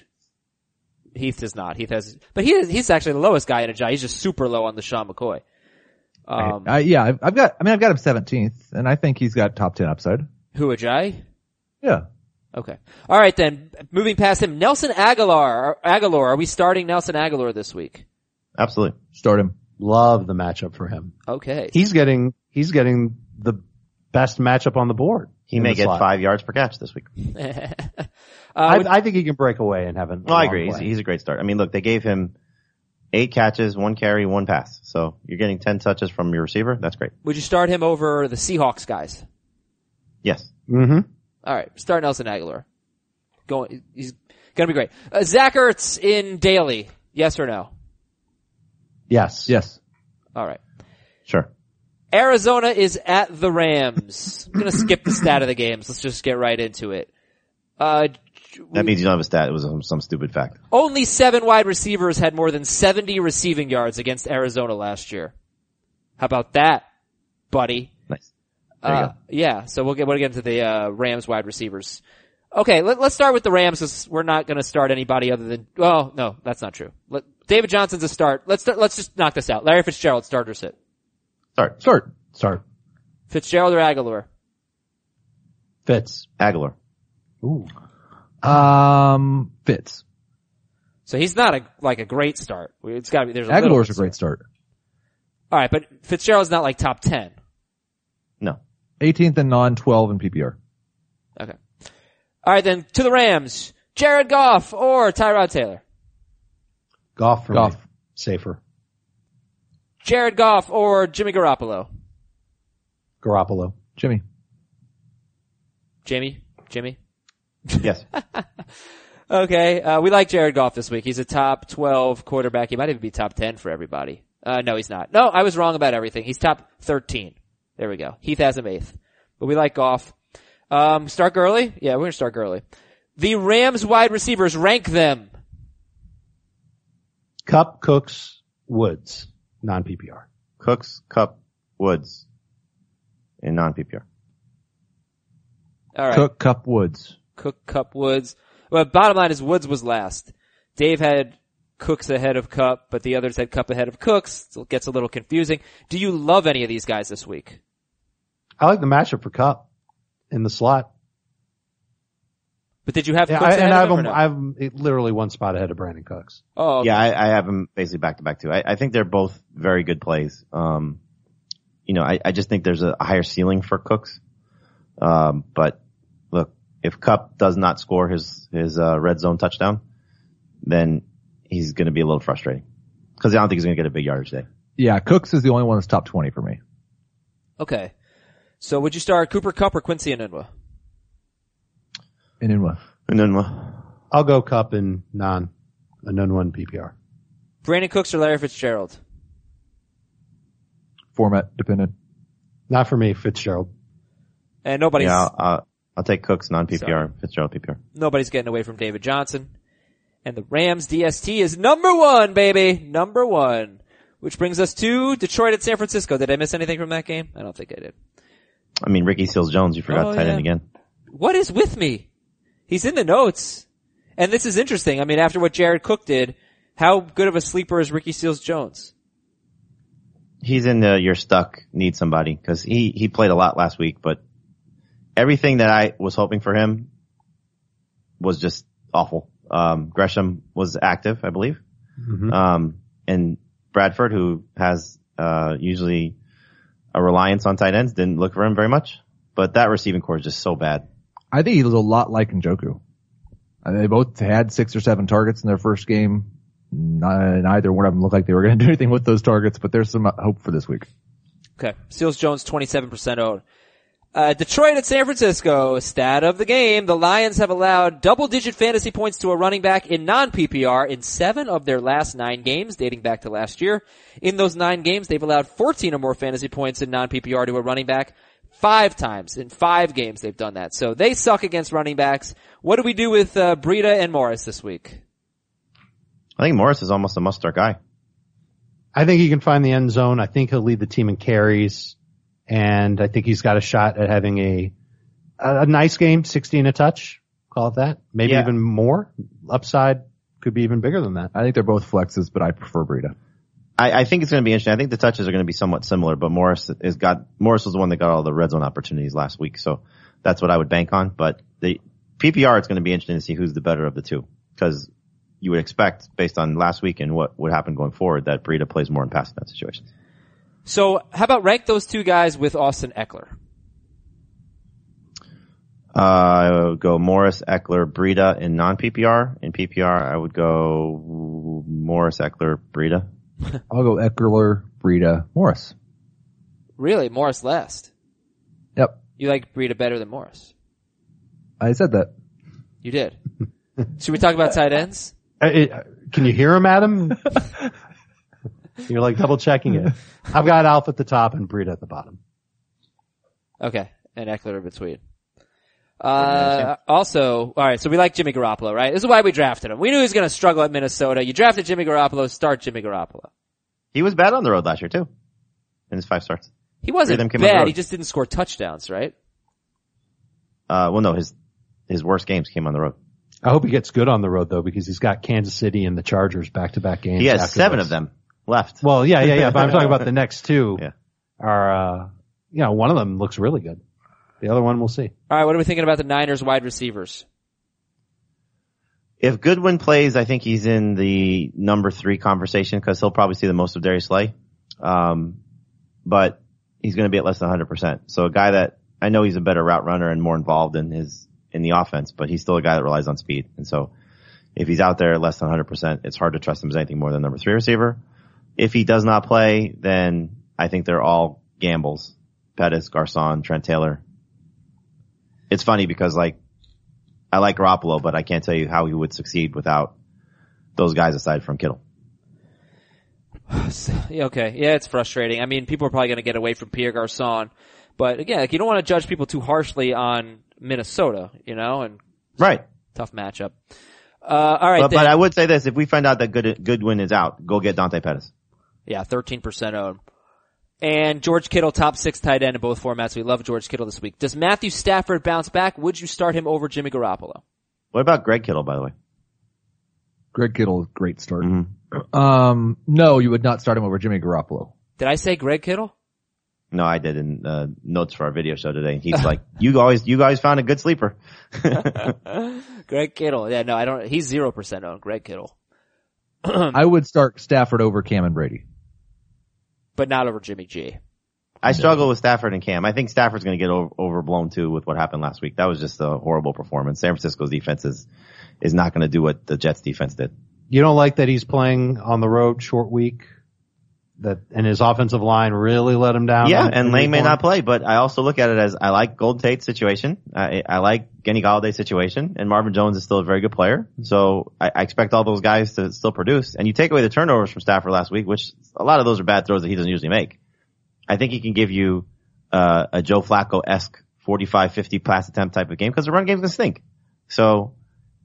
[SPEAKER 2] Heath does not. Heath has, but he is, he's actually the lowest guy in Ajayi. He's just super low on LaShawn McCoy. Um,
[SPEAKER 3] I, yeah, I've, I've got, I mean, I've got him 17th and I think he's got top 10 upside.
[SPEAKER 2] who Ajayi?
[SPEAKER 3] Yeah.
[SPEAKER 2] Okay. All right then. Moving past him, Nelson Aguilar. Aguilar, are we starting Nelson Aguilar this week?
[SPEAKER 4] Absolutely.
[SPEAKER 3] Start him.
[SPEAKER 5] Love the matchup for him.
[SPEAKER 2] Okay.
[SPEAKER 5] He's getting, he's getting the best matchup on the board.
[SPEAKER 4] He
[SPEAKER 5] in
[SPEAKER 4] may
[SPEAKER 5] the
[SPEAKER 4] get
[SPEAKER 5] slot.
[SPEAKER 4] five yards per catch this week.
[SPEAKER 5] I,
[SPEAKER 2] uh,
[SPEAKER 5] I think he can break away and have an.
[SPEAKER 4] Well, Oh, I
[SPEAKER 5] long
[SPEAKER 4] agree. He's,
[SPEAKER 5] play.
[SPEAKER 4] he's a great start. I mean, look, they gave him eight catches, one carry, one pass. So you're getting 10 touches from your receiver. That's great.
[SPEAKER 2] would you start him over the Seahawks guys?
[SPEAKER 4] Yes.
[SPEAKER 5] Mhm.
[SPEAKER 2] All right, start Nelson Aguilar. Going, he's gonna be great. Uh, Zach Ertz in Daly, yes or no?
[SPEAKER 5] Yes.
[SPEAKER 3] Yes.
[SPEAKER 2] All right.
[SPEAKER 4] Sure.
[SPEAKER 2] Arizona is at the Rams. I'm gonna skip the stat of the games. Let's just get right into it. Uh, j- we-
[SPEAKER 4] That means you don't have a stat. It was some, some stupid fact.
[SPEAKER 2] only seven wide receivers had more than 70 receiving yards against Arizona last year. How about that, buddy?
[SPEAKER 4] Nice. you
[SPEAKER 2] Uh,
[SPEAKER 4] go.
[SPEAKER 2] yeah, so we'll get we'll get into the uh, Rams wide receivers. Okay, let, let's start with the Rams. 'cause We're not going to start anybody other than. Well, no, that's not true. Let, David Johnson's a start. Let's start, let's just knock this out. Larry Fitzgerald starter sit.
[SPEAKER 4] Start.
[SPEAKER 5] Start. Start.
[SPEAKER 2] Fitzgerald or Aguilar?
[SPEAKER 5] Fitz.
[SPEAKER 4] Aguilar.
[SPEAKER 5] Ooh.
[SPEAKER 3] Um, Fitz.
[SPEAKER 2] So he's not a like a great start. We- It's got to be there's a little
[SPEAKER 3] Aguilar's a
[SPEAKER 2] concern.
[SPEAKER 3] great starter.
[SPEAKER 2] All right, but Fitzgerald's not like top ten.
[SPEAKER 4] No.
[SPEAKER 3] 18th and non 12 in PPR.
[SPEAKER 2] Okay. All right, then to the Rams, Jared Goff or Tyrod Taylor.
[SPEAKER 5] Goff for me.
[SPEAKER 3] Goff.
[SPEAKER 5] Safer.
[SPEAKER 2] Jared Goff or Jimmy Garoppolo.
[SPEAKER 5] Garoppolo.
[SPEAKER 3] Jimmy.
[SPEAKER 2] Jimmy, Jimmy.
[SPEAKER 4] Yes.
[SPEAKER 2] Okay, uh, we like Jared Goff this week. He's a top 12 quarterback. He might even be top 10 for everybody. Uh, no, he's not. No, I was wrong about everything. He's top 13. There we go. Heath has him eighth. But we like Goff. Um, start Gurley? Yeah, we're gonna start Gurley. The Rams wide receivers, rank them.
[SPEAKER 5] Cup, Cooks, Woods. Non PPR.
[SPEAKER 4] Cooks, Cup, Woods, in non PPR.
[SPEAKER 2] Alright. Cook.
[SPEAKER 3] Cook, Cup, Woods.
[SPEAKER 2] Cup, Woods. Well, bottom line is Woods was last. Dave had Cooks ahead of Cup, but the others had Cup ahead of Cooks. So it gets a little confusing. Do you love any of these guys this week?
[SPEAKER 5] I like the matchup for Cup in the slot.
[SPEAKER 2] But did you have
[SPEAKER 5] Yeah,
[SPEAKER 2] Cooks
[SPEAKER 5] I,
[SPEAKER 2] ahead
[SPEAKER 5] and I
[SPEAKER 2] of
[SPEAKER 5] have
[SPEAKER 2] him or
[SPEAKER 5] him,
[SPEAKER 2] no?
[SPEAKER 5] I have him literally one spot ahead of Brandon Cooks.
[SPEAKER 2] Oh, okay.
[SPEAKER 4] Yeah, I, I have them basically back to back too. I, I think they're both very good plays. Um, you know, I, I just think there's a higher ceiling for Cooks. Um, but look, if Cup does not score his his uh, red zone touchdown, then he's going to be a little frustrating because I don't think he's going to get a big yardage day.
[SPEAKER 3] Yeah, Cooks is the only one that's top 20 for me.
[SPEAKER 2] Okay. So would you start Cooper Cup or Quincy Anunwa?
[SPEAKER 3] And in what?
[SPEAKER 4] And then uh,
[SPEAKER 5] I'll go Cup in non, a non one PPR.
[SPEAKER 2] Brandon Cooks or Larry Fitzgerald?
[SPEAKER 3] Format dependent.
[SPEAKER 5] Not for me, Fitzgerald.
[SPEAKER 2] And nobody's
[SPEAKER 4] yeah, I'll, I'll, I'll take Cooks non
[SPEAKER 2] Sorry.
[SPEAKER 4] PPR, Fitzgerald PPR.
[SPEAKER 2] nobody's getting away from David Johnson. And the Rams DST is number one, baby. Number one. Which brings us to Detroit at San Francisco. Did I miss anything from that game? I don't think I did.
[SPEAKER 4] I mean, Ricky Seals Jones, you forgot
[SPEAKER 2] Oh,
[SPEAKER 4] tight
[SPEAKER 2] yeah.
[SPEAKER 4] end again.
[SPEAKER 2] What is with me? He's in the notes. And this is interesting. I mean, after what Jared Cook did, how good of a sleeper is Ricky Seals Jones?
[SPEAKER 4] he's in the you're stuck, need somebody because he, he played a lot last week, but everything that I was hoping for him was just awful. Um, Gresham was active, I believe. Um, and Bradford, who has, uh, usually a reliance on tight ends, didn't look for him very much, but that receiving core is just so bad.
[SPEAKER 3] I think he was a lot like Njoku. I mean, they both had six or seven targets in their first game. Ni- Neither one of them looked like they were going to do anything with those targets, but there's some uh, hope for this week.
[SPEAKER 2] Okay. Seals Jones, 27% owned. Uh, Detroit at San Francisco, stat of the game. The Lions have allowed double digit fantasy points to a running back in non-PPR in seven of their last nine games dating back to last year. In those nine games, they've allowed 14 or more fantasy points in non-PPR to a running back five times. In five games, they've done that. So they suck against running backs. What do we do with, uh, Breida and Morris this week?
[SPEAKER 4] I think Morris is almost a must start guy.
[SPEAKER 5] I think he can find the end zone. I think he'll lead the team in carries, and I think he's got a shot at having a a, a nice game, 16 a touch, call it that. Maybe
[SPEAKER 4] Yeah.
[SPEAKER 5] even more. Upside could be even bigger than that.
[SPEAKER 3] I think they're both flexes, but I prefer Breida.
[SPEAKER 4] I, I think it's going to be interesting. I think the touches are going to be somewhat similar, but Morris is got Morris was the one that got all the red zone opportunities last week, so that's what I would bank on. But the PPR, it's going to be interesting to see who's the better of the two, because you would expect based on last week and what would happen going forward that Breida plays more in pass in that situation.
[SPEAKER 2] So how about rank those two guys with Austin Eckler?
[SPEAKER 4] Uh, I would go Morris, Eckler, Breida in non PPR. In PPR, I would go Morris, Eckler, Breida.
[SPEAKER 3] I'll go Eckler, Breida, Morris.
[SPEAKER 2] Really? Morris last.
[SPEAKER 3] Yep.
[SPEAKER 2] You like Breida better than Morris.
[SPEAKER 3] I said that.
[SPEAKER 2] You did. Should we talk about tight ends?
[SPEAKER 5] Uh, it- uh, can you hear him, Adam? You're like double checking it. I've got Alf at the top and Breed at the bottom.
[SPEAKER 2] Okay. And Eckler in between. Uh, also, alright, so we like Jimmy Garoppolo, right? This is why we drafted him. We knew he was gonna struggle at Minnesota. You drafted Jimmy Garoppolo, start Jimmy Garoppolo.
[SPEAKER 4] He was bad on the road last year too, in his five starts.
[SPEAKER 2] He wasn't
[SPEAKER 4] Rhythm came on the
[SPEAKER 2] bad.
[SPEAKER 4] road.
[SPEAKER 2] He just didn't score touchdowns, right?
[SPEAKER 4] Uh, well, no, his his worst games came on the road.
[SPEAKER 5] I hope he gets good on the road though, because he's got Kansas City and the Chargers back to back games.
[SPEAKER 4] He has
[SPEAKER 5] after
[SPEAKER 4] seven
[SPEAKER 5] this.
[SPEAKER 4] of them left.
[SPEAKER 5] Well, yeah, yeah, yeah. But I'm talking about the next two.
[SPEAKER 4] Yeah.
[SPEAKER 5] Are uh, you know, one of them looks really good. The other one, we'll see.
[SPEAKER 2] All right, what are we thinking about the Niners wide receivers?
[SPEAKER 4] If Goodwin plays, I think he's in the number three conversation because he'll probably see the most of Darius Slay. Um, but he's going to be at less than 100%. So a guy that I know he's a better route runner and more involved in his, in the offense, but he's still a guy that relies on speed. And so if he's out there at less than 100%, it's hard to trust him as anything more than number three receiver. If he does not play, then I think they're all gambles. Pettis, Garcon, Trent Taylor. It's funny because like I like Garoppolo, but I can't tell you how he would succeed without those guys aside from Kittle.
[SPEAKER 2] Yeah, okay, yeah, it's frustrating. I mean, people are probably going to get away from Pierre Garcon, but again, like you don't want to judge people too harshly on Minnesota, you know, and
[SPEAKER 4] Right.
[SPEAKER 2] tough matchup. Uh, all right,
[SPEAKER 4] But,
[SPEAKER 2] then.
[SPEAKER 4] but I would say this, if we find out that Good, Goodwin is out, go get Dante Pettis.
[SPEAKER 2] yeah, thirteen percent owned. And George Kittle, top six tight end in both formats. We love George Kittle this week. Does Matthew Stafford bounce back? Would you start him over Jimmy Garoppolo?
[SPEAKER 4] What about Greg Kittle, by the way?
[SPEAKER 3] Greg Kittle, great start. Um, no, you would not start him over Jimmy Garoppolo.
[SPEAKER 2] Did I say Greg Kittle?
[SPEAKER 4] No, I did in uh, notes for our video show today. He's like, you always, you guys found a good sleeper.
[SPEAKER 2] Greg Kittle. Yeah, no, I don't. He's zero percent owned. Greg Kittle,
[SPEAKER 3] I would start Stafford over Cam and Brady.
[SPEAKER 2] but not over Jimmy G.
[SPEAKER 4] I struggle with Stafford and Cam. I think Stafford's going to get over, overblown too with what happened last week. That was just a horrible performance. San Francisco's defense is, is not going to do what the Jets defense did.
[SPEAKER 5] You don't like that he's playing on the road, short week. That and his offensive line really let him down.
[SPEAKER 4] Yeah,
[SPEAKER 5] on-
[SPEAKER 4] and
[SPEAKER 5] in
[SPEAKER 4] Lane
[SPEAKER 5] week
[SPEAKER 4] may
[SPEAKER 5] one.
[SPEAKER 4] not play, but I also look at it as I like Gold Tate's situation. I, I like Kenny Galladay's situation, and Marvin Jones is still a very good player. So I, I expect all those guys to still produce. And you take away the turnovers from Stafford last week, which a lot of those are bad throws that he doesn't usually make. I think he can give you uh, a Joe Flacco-esque 45-50 pass attempt type of game because the run game's going to stink. So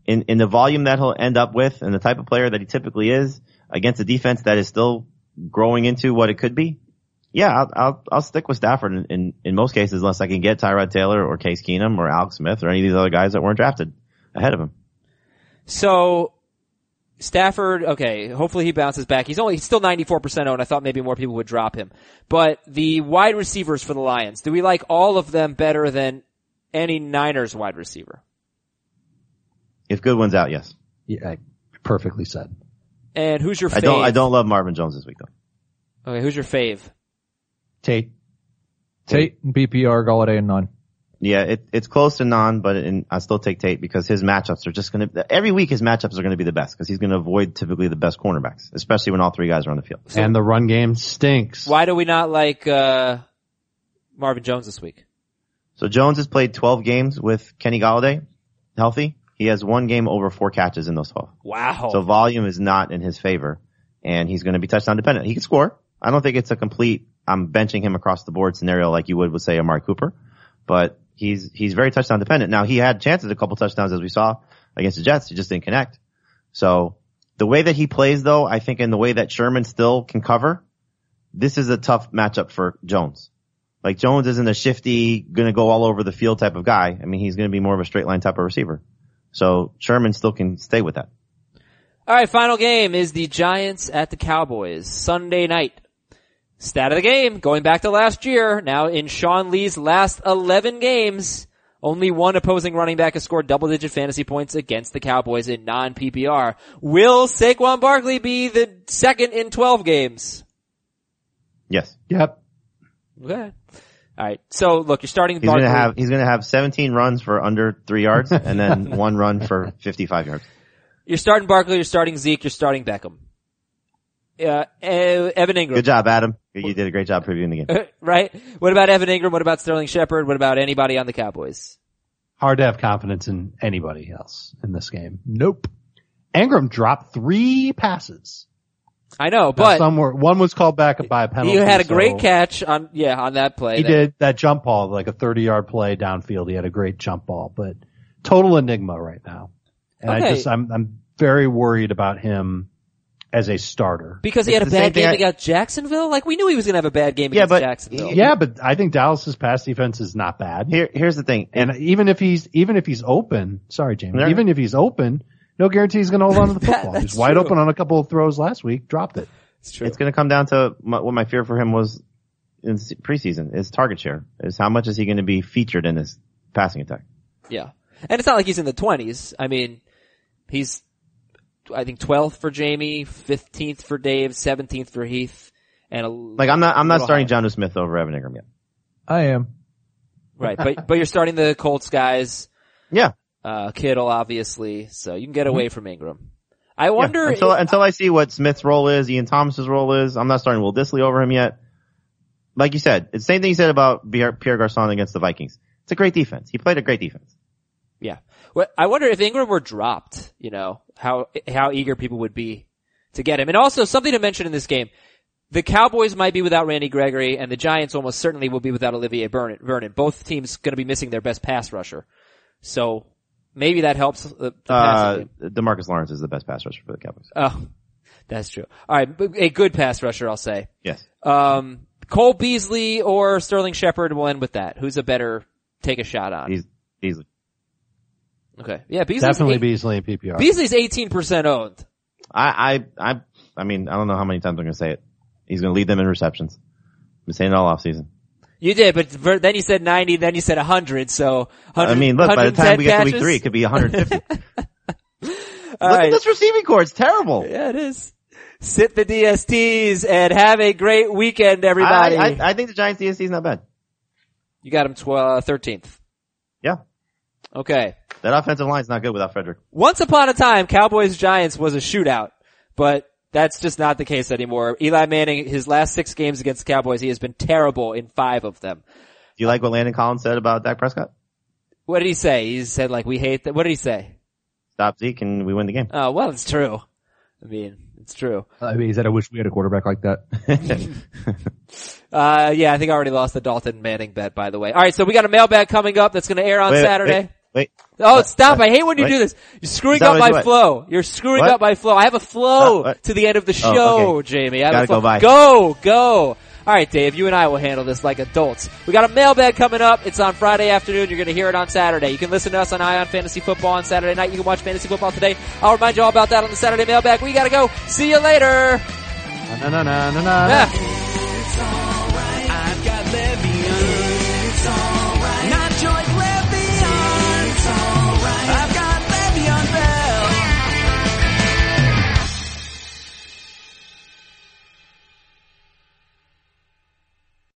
[SPEAKER 4] in, in the volume that he'll end up with and the type of player that he typically is against a defense that is still growing into what it could be, yeah, I'll, I'll, I'll stick with Stafford in, in, in most cases unless I can get Tyrod Taylor or Case Keenum or Alex Smith or any of these other guys that weren't drafted ahead of him.
[SPEAKER 2] So Stafford, okay, hopefully he bounces back. He's only he's still 94% owned. I thought maybe more people would drop him. But the wide receivers for the Lions, do we like all of them better than any Niners wide receiver?
[SPEAKER 4] If Goodwin's out, yes.
[SPEAKER 5] Yeah, perfectly said.
[SPEAKER 2] And who's your fave?
[SPEAKER 4] I don't, I don't love Marvin Jones this week though.
[SPEAKER 2] Okay, who's your fave?
[SPEAKER 5] Tate.
[SPEAKER 3] Tate and PPR, Galladay and none.
[SPEAKER 4] Yeah, it, it's close to non, but in, I still take Tate because his matchups are just going to, every week his matchups are going to be the best because he's going to avoid typically the best cornerbacks, especially when all three guys are on the field.
[SPEAKER 5] and the run game stinks.
[SPEAKER 2] Why do we not like, uh, Marvin Jones this week?
[SPEAKER 4] So Jones has played 12 games with Kenny Galladay, healthy. He has one game over four catches in those 12.
[SPEAKER 2] Wow.
[SPEAKER 4] So volume is not in his favor, and he's going to be touchdown dependent. He can score. I don't think it's a complete I'm benching him across the board scenario like you would with say Amari Cooper, but he's he's very touchdown dependent. Now he had chances a couple touchdowns as we saw against the Jets. He just didn't connect. So the way that he plays though, I think in the way that Sherman still can cover, this is a tough matchup for Jones. Like Jones isn't a shifty, gonna go all over the field type of guy. I mean, he's gonna be more of a straight line type of receiver. So Sherman still can stay with that.
[SPEAKER 2] All right, final game is the Giants at the Cowboys Sunday night. Stat of the game, going back to last year, now in Sean Lee's last 11 games, only one opposing running back has scored double digit fantasy points against the Cowboys in non-PPR. Will Saquon Barkley be the second in 12 games?
[SPEAKER 4] Yes.
[SPEAKER 5] Yep.
[SPEAKER 2] Okay. All right. So look, you're starting
[SPEAKER 4] He's
[SPEAKER 2] Barkley.
[SPEAKER 4] gonna have he's gonna have 17 runs for under three yards, and then one run for 55 yards.
[SPEAKER 2] you're starting Barkley, you're starting Zeke, you're starting Beckham. Uh, E- Evan Ingram.
[SPEAKER 4] Good job, Adam. You did a great job previewing the game.
[SPEAKER 2] Uh, right? What about Evan Ingram? What about Sterling Shepard? What about anybody on the Cowboys?
[SPEAKER 5] Hard to have confidence in anybody else in this game.
[SPEAKER 3] Nope.
[SPEAKER 5] Ingram dropped three passes.
[SPEAKER 2] I know,
[SPEAKER 5] Now,
[SPEAKER 2] but
[SPEAKER 5] some were, one was called back by a penalty.
[SPEAKER 2] he had a
[SPEAKER 5] so
[SPEAKER 2] great catch on yeah on that play.
[SPEAKER 5] He
[SPEAKER 2] That-
[SPEAKER 5] did that jump ball, like a 30 yard play downfield. He had a great jump ball, but total enigma right now. And I
[SPEAKER 2] Okay.
[SPEAKER 5] just, I'm, I'm very worried about him as a starter.
[SPEAKER 2] Because he
[SPEAKER 4] It's
[SPEAKER 2] had a
[SPEAKER 4] the same
[SPEAKER 2] bad
[SPEAKER 4] thing
[SPEAKER 2] game
[SPEAKER 4] I-
[SPEAKER 2] against Jacksonville? Like, we knew he was going to have a bad game
[SPEAKER 4] Yeah,
[SPEAKER 2] against
[SPEAKER 4] but-
[SPEAKER 2] Jacksonville.
[SPEAKER 5] Yeah, but I think Dallas's pass defense is not bad.
[SPEAKER 4] Here, here's the thing,
[SPEAKER 5] And even if he's even if he's open, sorry, Jamie,
[SPEAKER 4] Yeah.
[SPEAKER 5] even if he's open, no guarantee he's going to hold on to the
[SPEAKER 2] That-
[SPEAKER 5] football. he's
[SPEAKER 2] that's
[SPEAKER 5] wide
[SPEAKER 2] true.
[SPEAKER 5] open on a couple of throws last week, dropped it.
[SPEAKER 2] It's true.
[SPEAKER 4] It's going to come down to my, what my fear for him was in se- preseason is target share. Is how much is he going to be featured in this passing attack?
[SPEAKER 2] Yeah. And it's not like he's in the 20s. I mean, he's, I think 12th for Jamie, 15th for Dave, 17th for Heath, and a,
[SPEAKER 4] Like I'm not I'm not
[SPEAKER 2] Little
[SPEAKER 4] starting
[SPEAKER 2] high.
[SPEAKER 4] John Smith over Evan Ingram yet.
[SPEAKER 3] I am.
[SPEAKER 2] right. But, but you're starting the Colts guys,
[SPEAKER 4] Yeah.
[SPEAKER 2] uh, Kittle obviously, so you can get away from Ingram. I wonder
[SPEAKER 4] Mm-hmm. yeah. until
[SPEAKER 2] if-
[SPEAKER 4] until I see what Smith's role is, Ian Thomas's role is. I'm not starting Will Disley over him yet. Like you said, it's the same thing you said about Pierre Pierre Garcon against the Vikings. It's a great defense. He played a great defense.
[SPEAKER 2] yeah. Well, I wonder if Ingram were dropped, you know, how, how eager people would be to get him. And also something to mention in this game, the Cowboys might be without Randy Gregory and the Giants almost certainly will be without Olivier Vernon. Vernon. Both teams gonna be missing their best pass rusher. So maybe that helps the, the passing
[SPEAKER 4] Uh,
[SPEAKER 2] game.
[SPEAKER 4] Demarcus Lawrence is the best pass rusher for the Cowboys.
[SPEAKER 2] Oh, that's true. Alright, a good pass rusher, I'll say.
[SPEAKER 4] Yes.
[SPEAKER 2] Um, Cole Beasley or Sterling Shepard will end with that. Who's a better take a shot on?
[SPEAKER 4] He's, he's,
[SPEAKER 2] Okay. Yeah, Beasley's
[SPEAKER 5] Definitely
[SPEAKER 2] eight-
[SPEAKER 5] Beasley and PPR.
[SPEAKER 2] Beasley's 18% owned.
[SPEAKER 4] I, I, I, I mean, I don't know how many times I'm going to say it. He's going to lead them in receptions. I've been saying it all off season.
[SPEAKER 2] You did, but ver- then you said 90, then you said 100, so 100,
[SPEAKER 4] I mean, look, by the time we get to week three, it could be 150. look at this receiving core. It's terrible.
[SPEAKER 2] Yeah, it is. Sit the DSTs and have a great weekend,
[SPEAKER 4] I,
[SPEAKER 2] everybody.
[SPEAKER 4] I, I think the Giants DSC is not bad.
[SPEAKER 2] you got him 12, 13th.
[SPEAKER 4] Yeah.
[SPEAKER 2] Okay.
[SPEAKER 4] That offensive line's not good without Frederick.
[SPEAKER 2] Once upon a time, Cowboys Giants was a shootout, but that's just not the case anymore. Eli Manning, his last six games against the Cowboys, he has been terrible in five of them.
[SPEAKER 4] Do you like what Landon Collins said about Dak Prescott?
[SPEAKER 2] What did he say? He said like, we hate that. What did he say?
[SPEAKER 4] Stop Zeke and we win the game.
[SPEAKER 2] Oh, well, it's true. I mean, it's true.
[SPEAKER 3] I mean, he said, I wish we had a quarterback like that.
[SPEAKER 2] Uh, yeah, I think I already lost the Dalton Manning bet, by the way. Alright, so we got a mailbag coming up that's gonna air on
[SPEAKER 4] Wait,
[SPEAKER 2] Saturday.
[SPEAKER 4] Wait,
[SPEAKER 2] Oh, stop. I hate when you
[SPEAKER 4] Wait.
[SPEAKER 2] do this. You're screwing
[SPEAKER 4] Is that
[SPEAKER 2] up
[SPEAKER 4] what I
[SPEAKER 2] my
[SPEAKER 4] do it?
[SPEAKER 2] flow. You're screwing
[SPEAKER 4] What?
[SPEAKER 2] up my flow. I have a flow
[SPEAKER 4] What? What?
[SPEAKER 2] to the end of the
[SPEAKER 4] Oh,
[SPEAKER 2] show,
[SPEAKER 4] okay.
[SPEAKER 2] Jamie. I have
[SPEAKER 4] Gotta
[SPEAKER 2] a flow.
[SPEAKER 4] go by.
[SPEAKER 2] go, go. All right, Dave, you and I will handle this like adults. We got a mailbag coming up. It's on Friday afternoon. You're going to hear it on Saturday. You can listen to us on Ion Fantasy Football on Saturday night. You can watch Fantasy Football today. I'll remind you all about that on the Saturday mailbag. We got to go. See you later.
[SPEAKER 5] Na, na, na, na, na, na.
[SPEAKER 2] Ah.
[SPEAKER 6] It's all